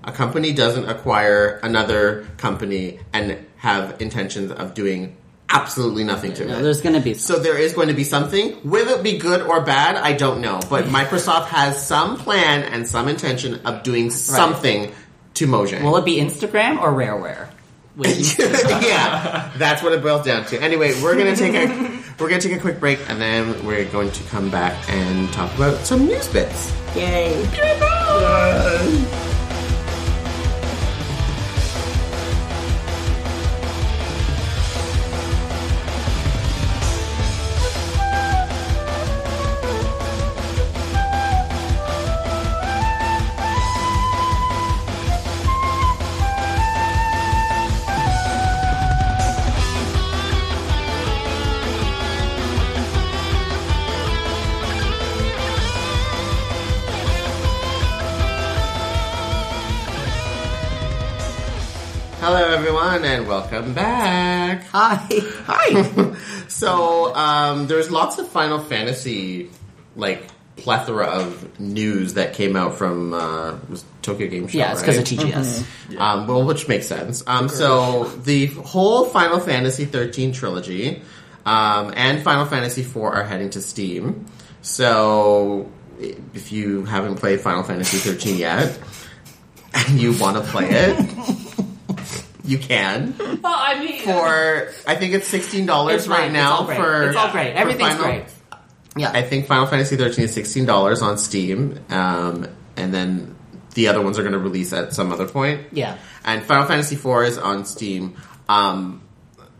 a company doesn't acquire another company and have intentions of doing absolutely nothing to No, it. there's gonna be So there is going to be something. Whether it be good or bad, I don't know. But Microsoft has some plan and some intention of doing something to Mojang. Will it be Instagram or Rareware? Which- yeah, that's what it boils down to. Anyway, we're gonna take a we're gonna take a quick break, and then we're going to come back and talk about some news bits. Yay! Hello, everyone, and welcome back. Hi. Hi. So um, there's lots of Final Fantasy, like plethora of news that came out from uh, was Tokyo Game Show. Yeah, it's because right? of TGS. Um, well, which makes sense. Um, so the whole Final Fantasy 13 trilogy um, and Final Fantasy 4 are heading to Steam. So if you haven't played Final Fantasy 13 yet and you want to play it, you can. Well, I mean, uh, For I think it's sixteen dollars It's fine. right It's now all great. for It's all great. for Everything's Final- great. Yeah. I think Final Fantasy 13 is sixteen dollars on Steam, um, and then the other ones are going to release at some other point. yeah. And Final Fantasy IV is on Steam. Um,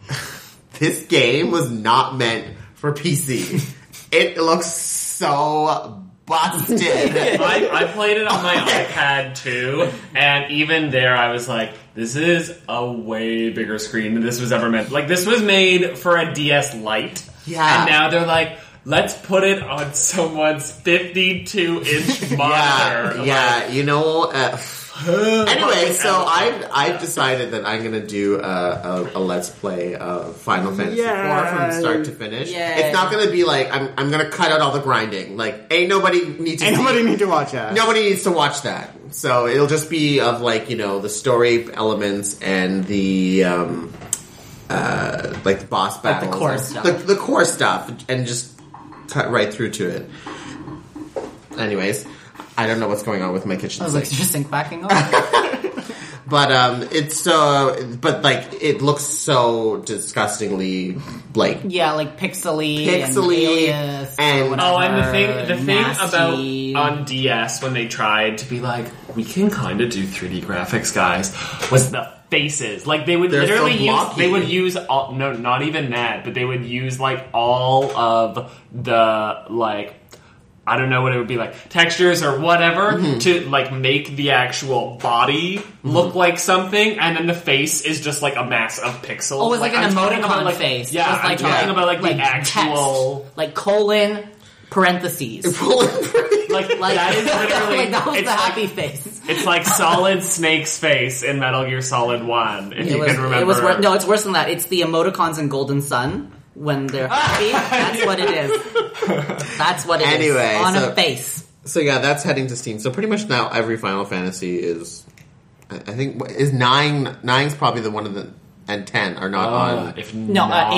this game was not meant for PC. it looks so busted. I, I played it on my iPad too, and even there, I was like, "This is a way bigger screen than this was ever meant. Like, this was made for a DS Lite, Yeah. And now they're like, let's put it on someone's 52 inch monitor. yeah, I'm yeah, you know. Uh, anyway, so I I've decided that I'm gonna do a, a, a let's play of Final Fantasy IV from Yay. start to finish. Yay. It's not gonna be like I'm I'm gonna cut out all the grinding. Like ain't nobody need to Ain't see- nobody need to watch that. Nobody needs to watch that. So it'll just be of like you know the story elements and the um, uh, like the boss the battles, core stuff. the, the core stuff, and just cut right through to it. Anyways, I don't know what's going on with my kitchen I was sink. like, did your sink backing up? But um, it's uh, but like it looks so disgustingly like yeah, like pixely, Pixely and, alias and- or whatever, Oh, and the thing, the thing nasty. about on DS when they tried to be like, we can kind of do 3D graphics, guys, was the faces. Like they would They're so literally use, blocky. they would use all, no, not even that, but they would use like all of the like. I don't know what it would be like textures or whatever Mm-hmm. to like make the actual body look like something, and then the face is just like a mass of pixels. Oh, it's like, an I'm talking emoticon about, like, face. Yeah, Just I'm like, talking yeah. about like, the actual text, like colon parentheses. like Like that is literally like, that was it's the like- happy face. It's like Solid Snake's face in Metal Gear Solid One, if It you was, can remember. it was wor- no, it's worse than that. It's the emoticons in Golden Sun when they're happy. That's what it is. That's what it is. Anyway, on so- a face. So yeah, that's heading to Steam. So pretty much now every Final Fantasy is, I I think, is nine. Nine's probably the one of the and ten are not Uh, on. if No, uh, nine,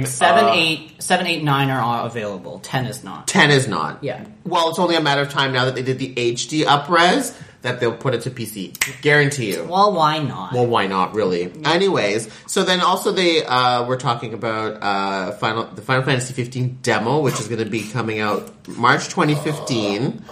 eight, seven, uh, eight, seven, eight, nine are all available. Ten is not. Ten is not. Yeah. Well, it's only a matter of time now that they did the HD upres that they'll put it to PC. Guarantee you. Well, why not? Well, why not? Really. Anyways, so then also they uh, were talking about uh, final the Final Fantasy 15 demo, which is going to be coming out March 2015,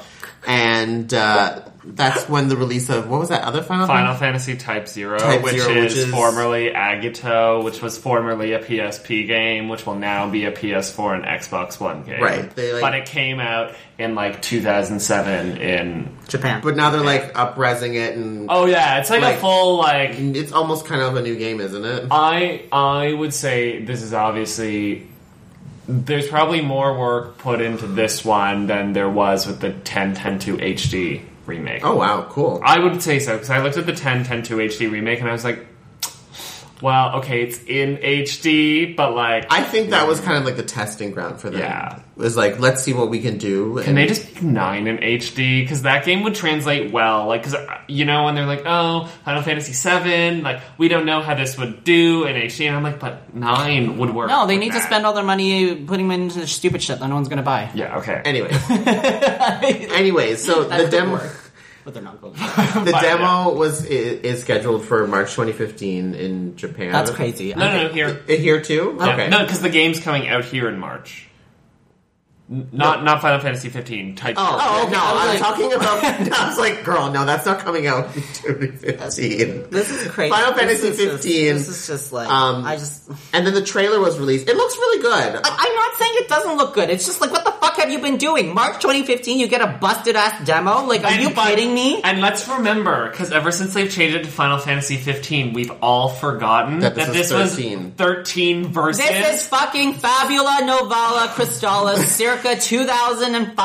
and uh, that's when the release of what was that other Final Final Fantasy Type Zero, Type which, Zero, is which is- formerly Agito, which was formerly a PSP game, which will now be a PS4 and Xbox One game. Right, they, like- but it came out in like 2007. In Japan. But now they're like upresing it, and oh yeah, it's like, Like- a full like. it's almost kind of a new game, isn't it? I I would say this is obviously. There's probably more work put into this one than there was with the 1010 HD remake. Oh wow, cool. I would say so because I looked at the 10 10 2 HD remake and I was like, well, okay, it's in HD, but like, I think that was kind of like the testing ground for them. Yeah. It was like let's see what we can do. can they just make nine in HD? Because that game would translate well. Like, because you know when they're like, oh, Final Fantasy VII, like we don't know how this would do in HD, and I'm like, but nine would work. no, they with need to that. spend all their money putting them into stupid shit that no one's going to buy. Yeah. Okay. anyway? Anyways, so That the could demo. work. But they're not going to. The But, demo was i- is scheduled for March 2015 in Japan. That's crazy. no, no, no. Here. I- Here too. Yeah, Okay. No, because the game's coming out here in March. N- Not not Final Fantasy 15 type. Oh, okay. no! I was I was like- talking about. I was like, "Girl, no, that's not coming out in 2015." This is crazy. Final This Fantasy is just- 15. This is just like Um, I just. Uh, I- And then the trailer was released. It looks really good. I'm not saying it doesn't look good. It's just like, what the fuck have you been doing? March 2015, you get a busted ass demo. Like, Oh, are And- you but- kidding me? And let's remember, because ever since they've changed it to Final Fantasy 15, we've all forgotten That that this this, was was 13. 13, versus. This is fucking Fabula Novella Crystallis circa 2005.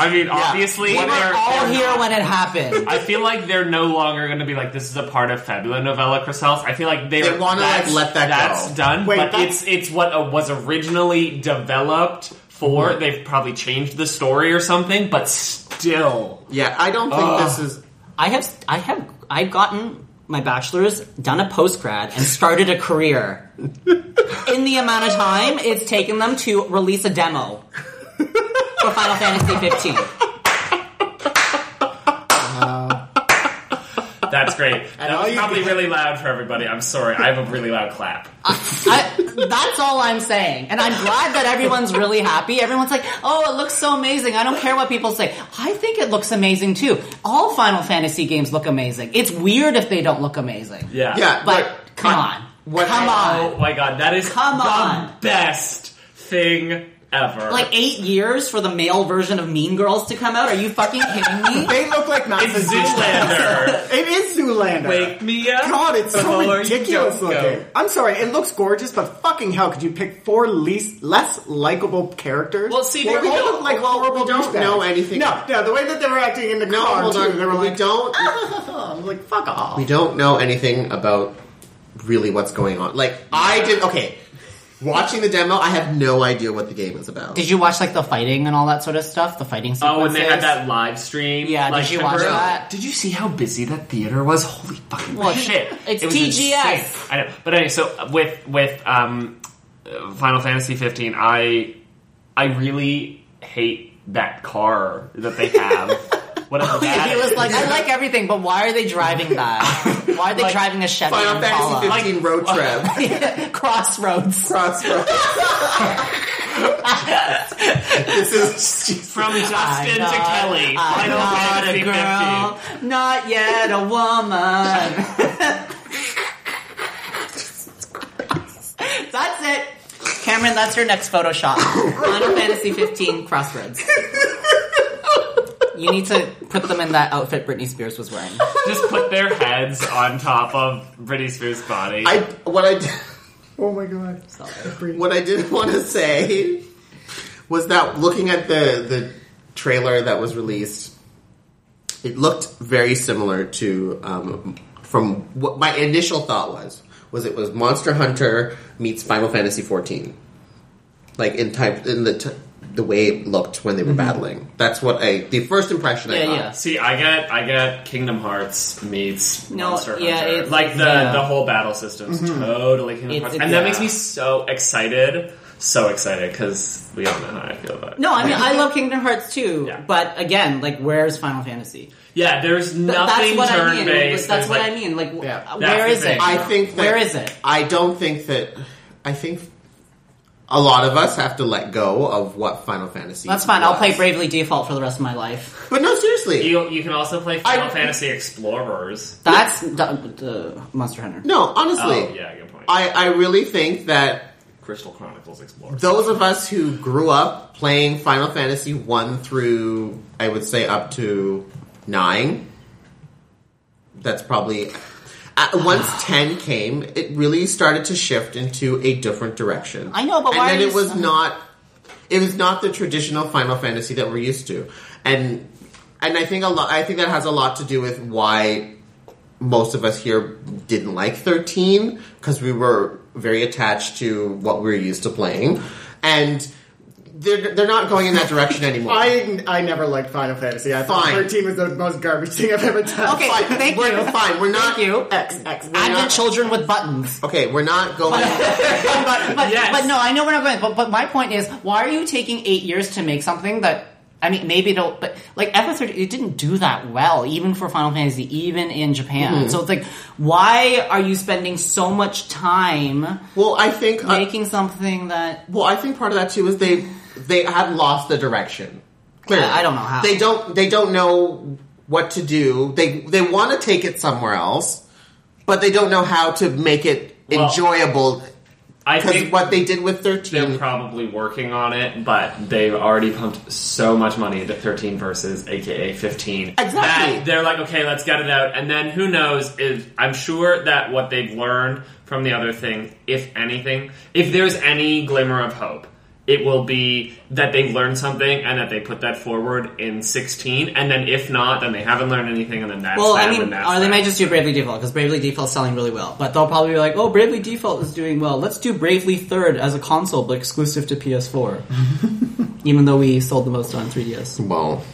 I mean, obviously, we were they're- all they're here not- when it happened. I feel like they're no longer going to be like this is a part of Fabula Novella Chrysalis. I feel like they They wanna, like, let that that's go. done. Wait, but that's- it's it's what uh, was originally developed for. They've probably changed the story or something, but still, Yeah, I don't think this is. I have, I have, I've gotten my bachelor's, done a post grad, and started a career. In the amount of time it's taken them to release a demo for Final Fantasy 15. that's great. that all was you probably can- really loud for everybody. I'm sorry. I have a really loud clap. I, that's all I'm saying, and I'm glad that everyone's really happy. Everyone's like, "Oh, it looks so amazing." I don't care what people say. I think it looks amazing too. All Final Fantasy games look amazing. It's weird if they don't look amazing. Yeah. Yeah, but like, come on, come Oh on. my god, that is Come the on. best thing ever. Like eight years for the male version of Mean Girls to come out? Are you fucking kidding me? They look like it's Nazis. Zoolander. It is Zoolander. Wake me up. God, it's so before you ridiculous go. looking. I'm sorry, it looks gorgeous, but fucking hell, could you pick four least less likable characters? Well, see, they we all don't- look like well, we horrible don't douchebags. know anything. No, no, the way that they were acting in the No, car, hold too, on. they were we like, don't. Ah! I'm like, fuck off. We don't know anything about really what's going on. Like I did. Okay, watching the demo, I have no idea what the game is about. Did you watch like the fighting and all that sort of stuff? The fighting sequences. Oh, and they had that live stream. Yeah, did you watch remember- that? Did you see how busy that theater was? Holy fucking Well, shit! it's It was TGS. insane. I know, but anyway, so uh, with with um, Final Fantasy 15, I I really hate that car that they have. Whatever that Oh, He was is. like, I like everything, but why are they driving that? Why are they driving a Chevy Final Fantasy Impala? 15 road trip. Crossroads. Crossroads. this is from Justin to not- Kelly. Final Not Fantasy a 15. girl, not yet a woman. that's it. Cameron, that's your next Photoshop. Final Fantasy 15 Crossroads. You need to put them in that outfit Britney Spears was wearing. Just put their heads on top of Britney Spears' body. I what I did- Oh my god. what I did want to say was that looking at the the trailer that was released, it looked very similar to um, from what my initial thought was was it was Monster Hunter meets Final Fantasy fourteen, like in type in the. T- the way it looked when they were battling. That's what I. The first impression I Mm-hmm. Yeah, got. yeah. See, I get, I get Kingdom Hearts meets No, Monster yeah, Hunter. it's- like the yeah. the whole battle system's Mm-hmm. totally Kingdom It's- Hearts, it's- and that yeah. makes me so excited, so excited because we all know how I feel about it. No, I mean, I love Kingdom Hearts too, Yeah. but again, like, where's Final Fantasy? Yeah, there's Th- nothing that's what I turn mean. based. That's what I mean. Like, w- Yeah. uh, That's where the is it? thing. I think that, where is it? I don't think that. I think a lot of us have to let go of what Final Fantasy. That's fine. I'll was. play Bravely Default for the rest of my life. But no, seriously. You you can also play Final I- Fantasy Explorers. That's the Monster Hunter. no, honestly, Oh yeah, good point. I I really think that Crystal Chronicles Explorers. those of us who grew up playing Final Fantasy one through I would say up to nine. That's probably. Uh, once ten came, it really started to shift into a different direction. I know, but and why then are you it was s- uh-huh. not it was not the traditional Final Fantasy that we're used to, and and I think a lot. I think that has a lot to do with why most of us here didn't like thirteen because we were very attached to what we were used to playing, and they're they're not going in that direction anymore. I, I never liked Final Fantasy. I thought Fine. 13 was the most garbage thing I've ever done. Okay, fine, thank we're, you. Fine, we're not. Thank you. X, X, We're Advent not- children with buttons. Okay, we're not going. but, but, Yes. but no, I know we're not going. But, but my point is, why are you taking eight years to make something that? I mean, maybe it'll, but like FF13, it didn't do that well, even for Final Fantasy, even in Japan. So it's like, why are you spending so much time well, I think uh, making something that Well, I think part of that too is they they had lost the direction. Clearly, I- I don't know how. they don't they don't know what to do. They they want to take it somewhere else, but they don't know how to make it Well, enjoyable I because think what they did with they're Mm-hmm. thirteen. probably working on it, but they've already pumped so much money into 13 versus aka 15. Exactly. That they're like, okay, let's get it out. And then who knows if I'm sure that what they've learned from the other thing, if anything, if there's any glimmer of hope, it will be that they learned something and that they put that forward in 16, and then if not, then they haven't learned anything, and then that's Well, that, I mean, and that's or they that. might just do Bravely Default because Bravely Default's selling really well. But they'll probably be like, "Oh, Bravely Default is doing well. Let's do Bravely Third as a console, but exclusive to PS4." Even though we sold the most on 3DS, because Well,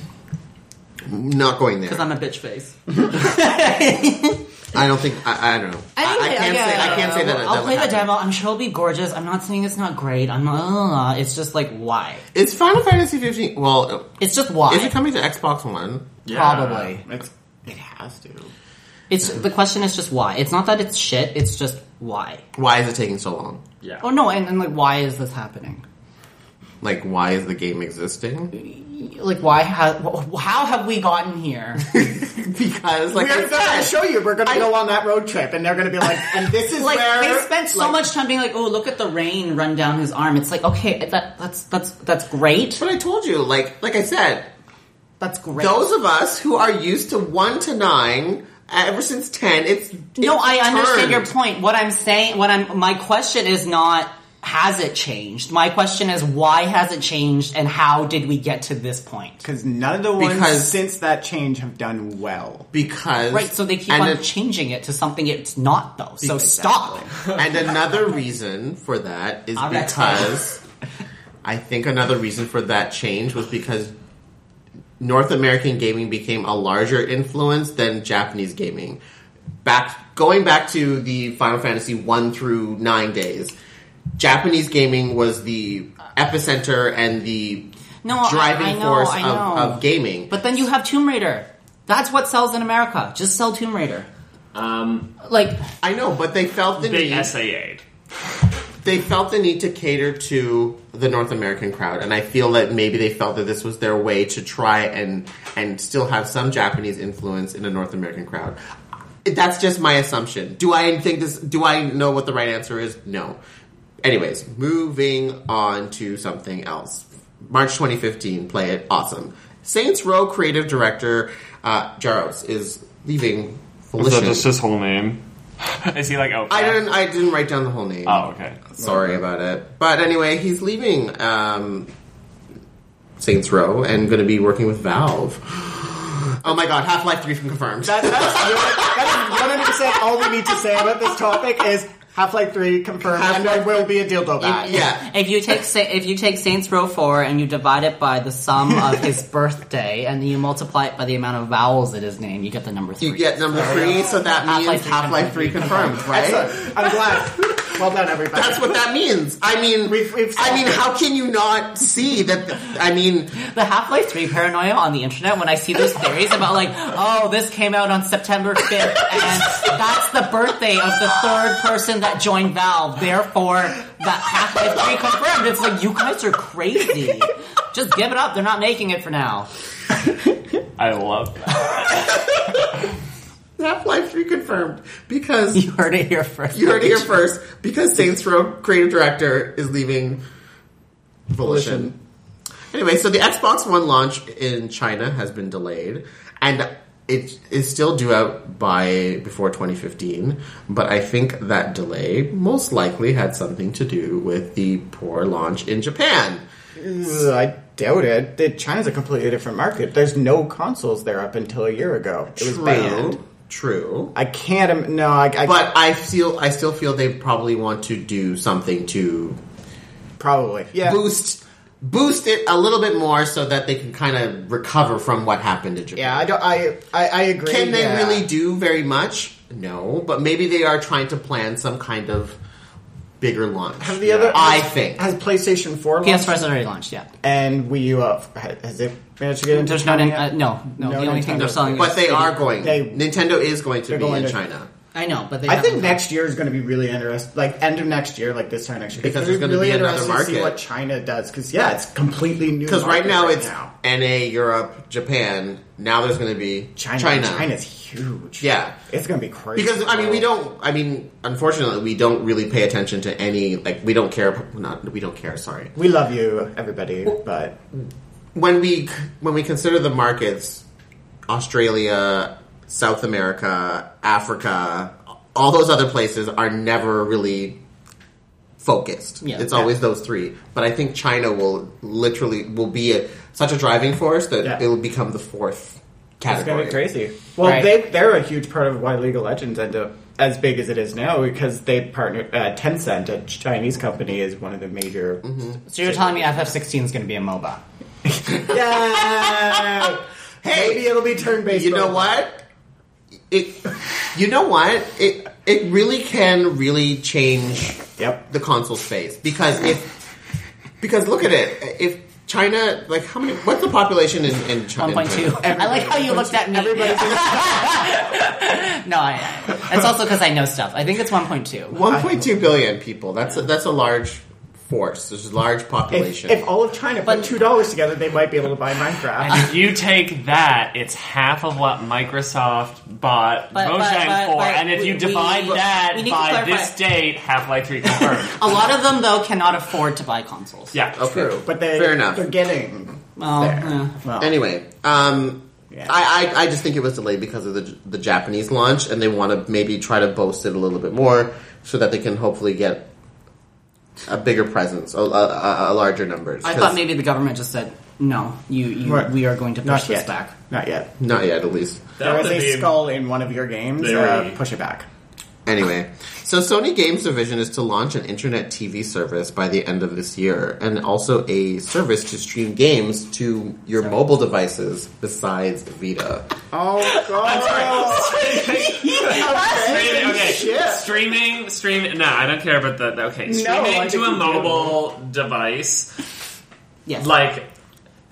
not going there. I'm a bitch face. I don't think. I, I don't know. I, I can't again, say. I can't say that. I'll that play would the happen. demo. I'm sure it'll be gorgeous. I'm not saying it's not great. I'm not. Uh, it's just like why? It's Final Fantasy 15. Well, It's just why. is it coming to Xbox One? Probably. It's- It has to. It's the question is just why. It's not that it's shit. It's just why. Why is it taking so long? yeah. Oh no, and, and like why is this happening? Like, why is the game existing? Like why? Ha- how have we gotten here? Because, like, We're I not going said- to show you. We're going to go on that road trip, and they're going to be like, and this is like where they spent so like- much time being like, "Oh, look at the rain run down his arm." It's like, okay, that that's that's that's great. but I told you, like, like I said, That's great. those of us who are used to one to nine ever since ten, it's no, it's I understand turned. your point. What I'm saying, what I'm, my question is not has it changed. My question is why has it changed, and how did we get to this point? Because none of the ones Because- since that change have done well. because Right, so they keep and on it- changing it to something it's not, though. So stop. And another reason for that is All right. because I think another reason for that change was because North American gaming became a larger influence than Japanese gaming. Back going back to the Final Fantasy 1 through 9 days, Japanese gaming was the epicenter and the No, I- driving I know, force I know. of, of gaming. But then you have Tomb Raider. That's what sells in America. Just sell Tomb Raider. Um, Like, I know, but they felt the they need SAA'd. they felt the need to cater to the North American crowd, and I feel that maybe they felt that this was their way to try and and still have some Japanese influence in a North American crowd. That's just my assumption. Do I think this? Do I know what the right answer is? No. Anyways, moving on to something else. March 2015, play it awesome. Saints Row creative director uh, Jaros is leaving Volition. his whole name? Is he like, oh, I didn't. I didn't write down the whole name. Oh, okay. Sorry about it. But anyway, he's leaving um, Saints Row and going to be working with Valve. Oh my god, Half Life 3 from confirmed. That, that's, that's 100% all we need to say about this topic is Half-Life 3 confirmed, and there will be a dildo bag. yeah. If you take Sa- if you take Saints Row four and you divide it by the sum of his birthday and then you multiply it by the amount of vowels in his name, you get the number three. You get number three, so that means Half-Life Half Life 3 confirmed, right? Excellent. I'm glad. Well done, everybody. That's what that means. I mean, We've- we've I mean, solved it. how can you not see that? I mean, The Half Life Three paranoia on the internet when I see those theories about like, oh, this came out on September fifth and that's the birthday of the third person that joined Valve, therefore that Half Life Three confirmed. It's like you guys are crazy. Just give it up. They're not making it for now. I love that. Half Life 3 confirmed because You heard it here first. You heard it here first because Saints Row creative director is leaving Volition. Anyway, so the Xbox One launch in China has been delayed, and it is still due out by before 2015. But I think that delay most likely had something to do with the poor launch in Japan. Ugh, I doubt it. The- China's a completely different market. There's no consoles there up until a year ago. It was true, banned. true. I can't. Im- no, I, I But I feel I still feel they probably want to do something to probably yeah. boost boost it a little bit more so that they can kind of recover from what happened in Yeah, Japan. I don't. I I, I agree. can they yeah. really do very much? No, but maybe they are trying to plan some kind of bigger launch. Have the other? I think. has PlayStation Four PS4 launched has already launched. Yeah. and Wii U up? Has it managed to get into There's not China any. yet? Uh, no, no, No The only thing Nintendo. they're selling, But is they are going. They- Nintendo is going to They're be going in to- China. I know, but they. I think haven't- next year is going to be really interesting. Like end of next year, like this time next year, Because it's there's gonna really be another interesting To see market. what China does, because yeah, it's completely new. Because right market now it's now. NA, Europe, Japan. Now there's going to be China. China. China's huge. Yeah. it's going to be crazy. Because I mean, we don't. I mean, unfortunately, we don't really pay attention to any. Like, we don't care. Not we don't care. Sorry. We love you, everybody, but when we when we consider the markets, Australia, South America, Africa, all those other places are never really focused. Yeah. It's Yeah. always those three. But I think China will literally will be a, such a driving force that Yeah. it'll become the fourth It's gonna category. be crazy. Well, Right. they they're a huge part of why League of Legends ended up as big as it is now because they partnered uh, Tencent, a Chinese company, is one of the major. Mm-hmm. So you're telling me FF16 is going to be a MOBA? Yeah, Hey, maybe it'll be turn based. you know what? It, you know what? It it really can really change Yep. the console space because if because look at it if China like how many what's the population in, in China? 1.2. I like how you looked at me. Everybody's no, I, I, it's also because I know stuff. I think it's 1.2. One point two billion people. That's a, that's a large force. There's a large if, population. if all of China put But- two dollars together, they might be able to buy Minecraft. If you take that, it's half of what Microsoft bought But- but- Mojang but- for, but and if we- you we- divide that we need to by clarify. this date, Half-Life 3 confirmed. A lot of them, though, cannot afford to buy consoles. yeah. Okay. True, but they fair enough. they're getting Well, there. yeah. Well, Anyway, um, Yeah. I, I I just think it was delayed because of the the Japanese launch, and they want to maybe try to boast it a little bit more so that they can hopefully get a bigger presence, a, a- a, a larger numbers. I thought maybe the government just said, no, you, you Right. we are going to push not this yet. back. Not yet. not yet, at least. there That was would a be skull in one of your games. Uh, very- push it back. Anyway, so Sony Games Division is to launch an internet TV service by the end of this year, and also a service to stream games to your mobile devices besides Vita. Oh god! streaming, okay. Shit. Streaming, stream. No, I don't care about the. Okay, I streaming think to a you do. mobile device. Yes. like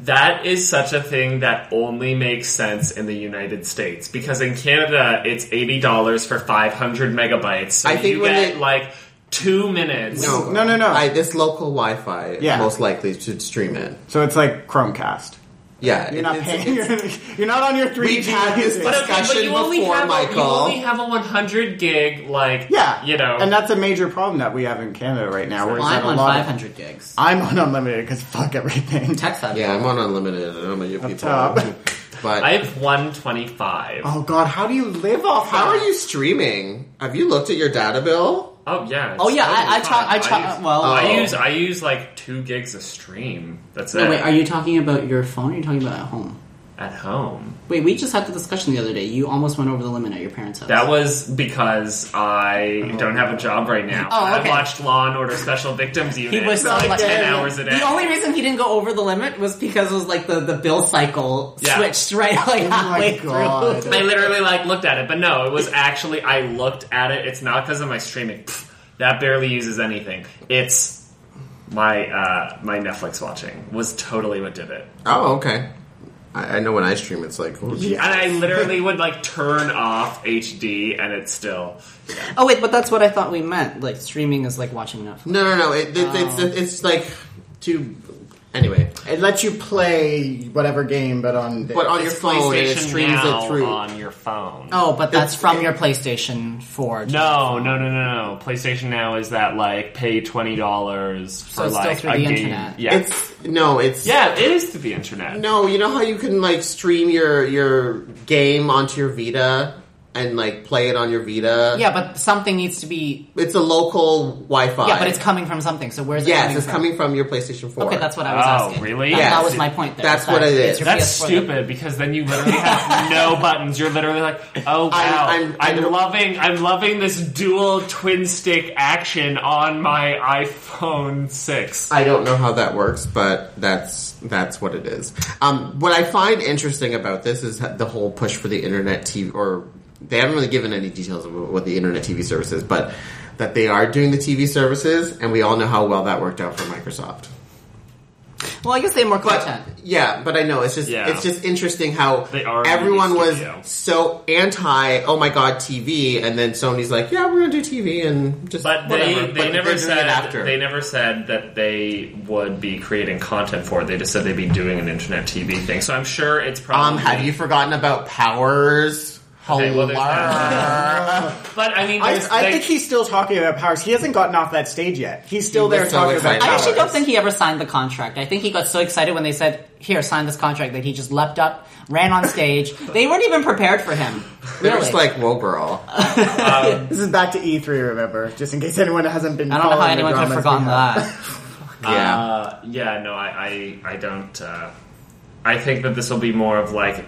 that is such a thing that only makes sense in the United States because in Canada it's eighty dollars for five hundred megabytes. So I think you when get they- like two minutes. No, no, no. I, this local Wi-Fi Yeah. most likely should stream it. so it's like Chromecast. Yeah, You're not it's- paying. it's- You're, you're not on your three We G. had this But, okay, but discussion you only before, have a, you Michael. only have a one hundred gig like Yeah, you know and that's a major problem that we have in Canada right now. Where well, I'm it's like a on lot of- 500 gigs. I'm on unlimited because fuck everything. Tech savvy. Yeah, I'm on unlimited. I don't know about you people. top. But I have one twenty five. Oh. Oh god, how do you live off? how are you streaming? Have you looked at your data bill? yeah. it's Oh, yeah, I, I totally talk, I fine. talk, use- well... Oh. I use I use like two gigs a stream. That's it. No, wait, are you talking about your phone or are you talking about at home? At home. Wait, we just had the discussion the other day. You almost went over the limit at your parents' house. That was because I don't have a job right now. Oh, okay. I watched Law and Order Special Victims Unit. he was so like lucky. ten hours a day. The only reason he didn't go over the limit was because it was like the, the bill cycle Yeah. switched right like my halfway God. through. I literally like looked at it, but no, it was actually I looked at it. It's not because of my streaming. Pfft, that barely uses anything. It's my uh, my Netflix watching was totally what did it. Oh, okay. I, I know when I stream, it's like, oh, gee. And I literally would like turn off HD, and it's still Oh wait, but that's what I thought we meant. Like streaming is like watching Netflix. no, no, no. It, it, It's it's like to anyway, It lets you play whatever game, but on the, but on Oh, your It's phone and it PlayStation streams Now it through. on your phone. Oh, but that's It's- from your PlayStation 4. No, no, no, no, no. PlayStation Now is that like pay twenty dollars for it's still like through a the game. internet. Yeah, It's no, it's yeah, it is through the internet. No, you know how you can like stream your your game onto your Vita and like play it on your Vita. Yeah, but something needs to be. it's a local Wi-Fi. Yeah, but it's coming from something. So where's it yes, coming it's from? coming from your PlayStation Four. Okay, that's what I was Oh, asking. really? That, Yes. that was my point. There. That's That what it it's is. your That's PS4 stupid because then you literally have no buttons. You're literally like, oh wow, I'm- I'm, I'm- I'm- loving, I'm loving this dual twin stick action on my iPhone six. I don't know how that works, but that's that's what it is. Um, what I find interesting about this is the whole push for the internet TV, or they haven't really given any details of what the internet TV service is, but that they are doing the TV services, and we all know how well that worked out for Microsoft. that- Well, I guess they have more But content. yeah, but I know it's just Yeah. it's just interesting how They are a everyone movie was studio. so anti oh my god TV, and then Sony's like yeah we're gonna do TV and just But they, whatever. they But they're never doing said it after they never said that they would be creating content for it. They just said they'd be doing an internet TV thing. So I'm sure it's um probably have you forgotten about Powers? Okay, well, there's that. But I mean, I, there's- I they- think he's still talking about powers. He hasn't gotten off that stage yet. He's still He there was so talking about excited. powers. I actually don't think he ever signed the contract. I think he got so excited when they said, "Here, sign this contract," that he just leapt up, ran on stage. they weren't even prepared for him. They're Really. just like, whoa, girl. This is back to E3, remember? Just in case anyone hasn't been. Um, I don't know how "Oh, following the anyone could have forgotten dramas we have. that. Yeah. Uh, yeah, no, I, I, I don't. Uh, I think that this will be more of like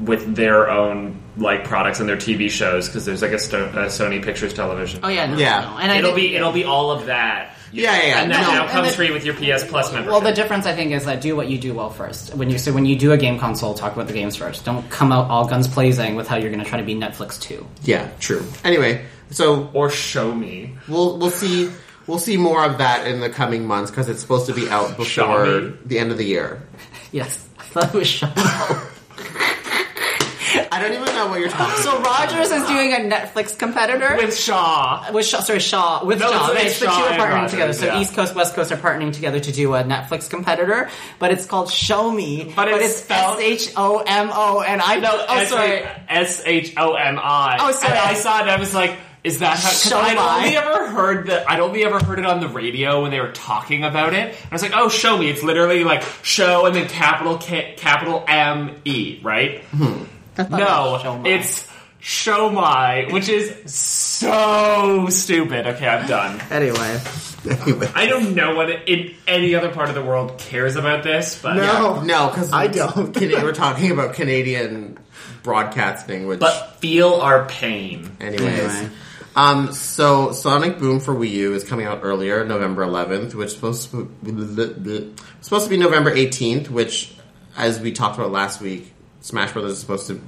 with their own like products and their TV shows because there's like a, Sto- a Sony Pictures Television. Oh yeah, no, Yeah. no. and I it'll think- be it'll be all of that. Yeah, yeah, yeah. And that No, now and comes the- free with your PS Plus membership. Well, the difference I think is that do what you do well first. When you so when you do a game console, talk about the games first. Don't come out all guns blazing with how you're going to try to be Netflix too. Yeah, true. Anyway, so or show me. we'll we'll see we'll see more of that in the coming months because it's supposed to be out before Shami. the end of the year. Yes, I thought it was shut. I don't even know what you're talking. so Rogers is doing a Netflix competitor With Shaw. with Shaw, sorry Shaw with No, Shaw. it's- It's, it's the two Shaw are and partnering Rogers, together. So yeah. East Coast, West Coast are partnering together to do a Netflix competitor, but it's called Show Me. But it's S spelled- H O M O, and I know. Oh, sorry. S H O M I. Oh, sorry. And I saw it. and I was like, "Is that how?" Cause I'd Show-my. only ever heard that. I'd only ever heard it on the radio when they were talking about it. And I was like, "Oh, show me!" It's literally like show and then capital K, capital M E, right? Hmm. No, Show-my. it's show my, which is so stupid. Okay, I'm done. Anyway, I don't know what in any other part of the world cares about this, but no, about. No, because I don't. we're talking about Canadian broadcasting, which but feel our pain. anyways. Anyway. Um, so Sonic Boom for Wii U is coming out earlier, November 11th, which is supposed to supposed to be November 18th, which, as we talked about last week, Smash Brothers is supposed to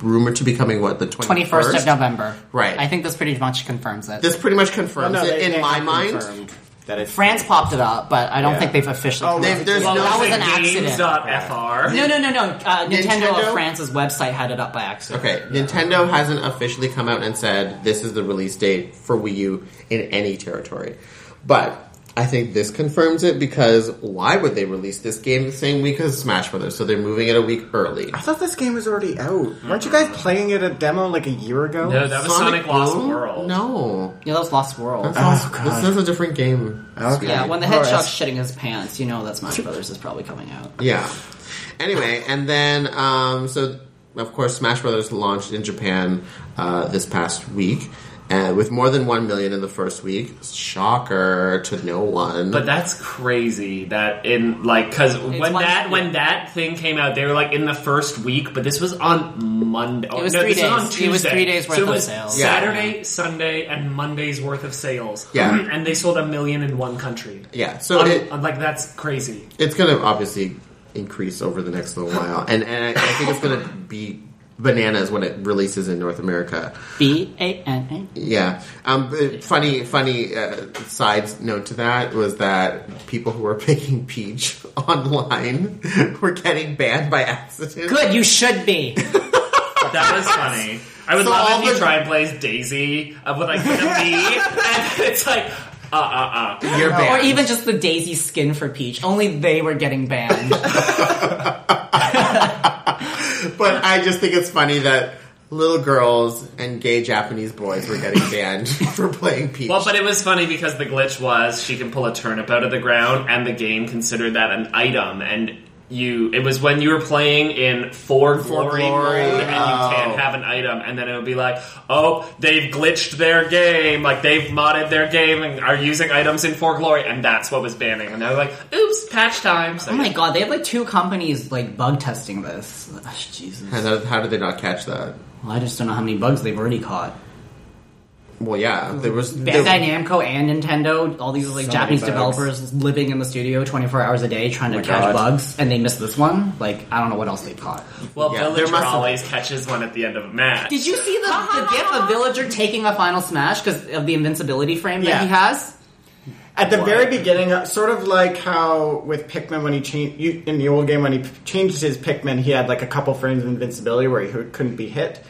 rumored to be coming what the 21st? Twenty first of November. Right. I think this pretty much confirms it. This pretty much confirms Oh, no, it they- in they my have mind. confirmed That it's France popped it up, but I don't Yeah. think they've officially. Oh, They- there's Well, no that was way- an accident. Games.fr. No, no, no, no. Uh, Nintendo, Nintendo? of France's website had it up by accident. Okay, Nintendo hasn't officially come out and said this is the release date for Wii U in any territory. But I think this confirms it because why would they release this game the same week as Smash Brothers? So they're moving it a week early. I thought this game was already out. Weren't you guys playing it a demo like a year ago? No, that was Sonic, Lost Boom? World. No. Yeah, that was Lost World. Oh, God. This is a different game. Okay. Yeah, when the Alright. hedgehog's shitting his pants, you know that Smash Brothers is probably coming out. Yeah. Anyway, and then um, so of course Smash Brothers launched in Japan uh, this past week. Uh, with more than one million in the first week, shocker to no one. But that's crazy that in like because when one- that yeah. when that thing came out, they were like in the first week, but this was on Monday. It was no, three this on days. It was Tuesday. three days worth so it of was sales. Yeah. Saturday, Sunday, and Monday's worth of sales. Yeah. and they sold a million in one country. yeah, so I'm, it, I'm like that's crazy. it's going to obviously increase over the next little while, and and I, I think it's going to be bananas when it releases in North America. B A N A. Yeah. Um, but funny, funny uh, side note to that was that people who were picking Peach online were getting banned by accident. Good, you should be. That was funny. I would So all love if the- you try and play as Daisy uh, with like with a B, and it's like uh uh uh. You're or banned. even just the Daisy skin for Peach. Only they were getting banned. But I just think it's funny that little girls and gay Japanese boys were getting banned for playing Peach. Well, but it was funny because the glitch was she can pull a turnip out of the ground, and the game considered that an item. And you, it was when you were playing in four glory, Glory, mode, and oh. you can't have an item, and then it would be like, oh, they've glitched their game, like they've modded their game and are using items in four glory, and that's what was banning. And they were like, oops, patch time. So, oh my god, they have like two companies like bug testing this. Ugh, Jesus. and how, how did they not catch that? Well, I just don't know how many bugs they've already caught. Well, yeah, there was there- Bandai Namco and Nintendo, all these like So Japanese many bugs. Oh developers living in the studio 24 hours a day trying to my catch God. bugs, and they missed this one. Like, I don't know what else they caught. well, yeah, there Villager must have- always catches one at the end of a match. Did you see the, the gif of Villager taking a final smash because of the invincibility frame Yeah. that he has? At the What? very beginning, uh, sort of like how with Pikmin when he changed you, in the old game when he p- changed his Pikmin, he had like a couple frames of invincibility where he h- couldn't be hit.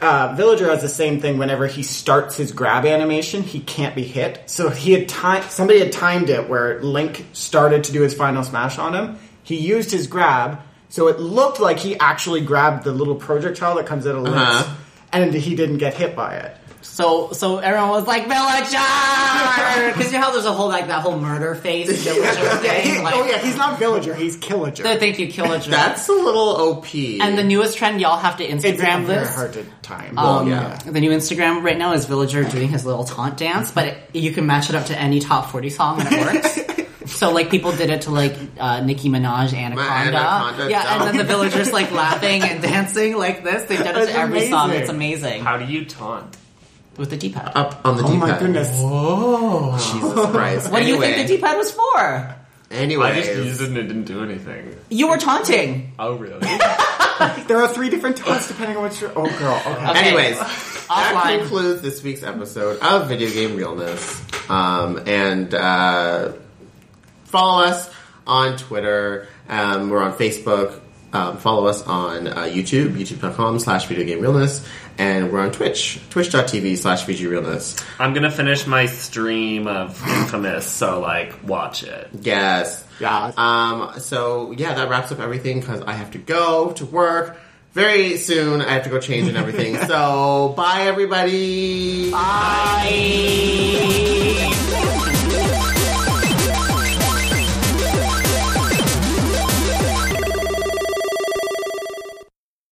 Uh, Villager has the same thing. Whenever he starts his grab animation, he can't be hit. So he had time. Somebody had timed it where Link started to do his final smash on him. He used his grab, So it looked like he actually grabbed the little projectile that comes out of Link's, Uh-huh. and he didn't get hit by it. So so everyone was like villager because you know how there's a whole like that whole murder phase villager He- thing. Like, oh yeah, he's not villager, he's killager. they think you killager. That's a little OP. and the newest trend y'all have to it's Instagram very this. hard to time. Um, yeah. The new Instagram right now is Villager doing his little taunt dance, but it, you can match it up to any top 40 song and it works. so, like, people did it to, like, uh, Nicki Minaj, Anaconda. Anaconda, yeah, and then dumb. the Villagers, like, laughing and dancing like this. They've done it That's to every song. amazing. It's amazing. How do you taunt? With the D-pad. up on the oh D-pad. Oh. my goodness. Jesus Christ. what anyway, do you think the D-pad was for? Anyways, I just used it and it didn't do anything. You were taunting. Oh, really? There are three different types depending on what you're. Oh girl, okay. Okay. Anyways, that Offline. concludes this week's episode of Video Game Realness. Um, and uh, follow us on Twitter. Um, we're on Facebook. Um, follow us on uh, YouTube, youtube.com slash video game realness. And we're on Twitch, twitch.tv slash VG realness. I'm gonna finish my stream of Infamous, so like, watch it. Yes. Yeah. Um, so yeah, that wraps up everything because I have to go to work very soon. I have to go change and everything. so bye, everybody. Bye.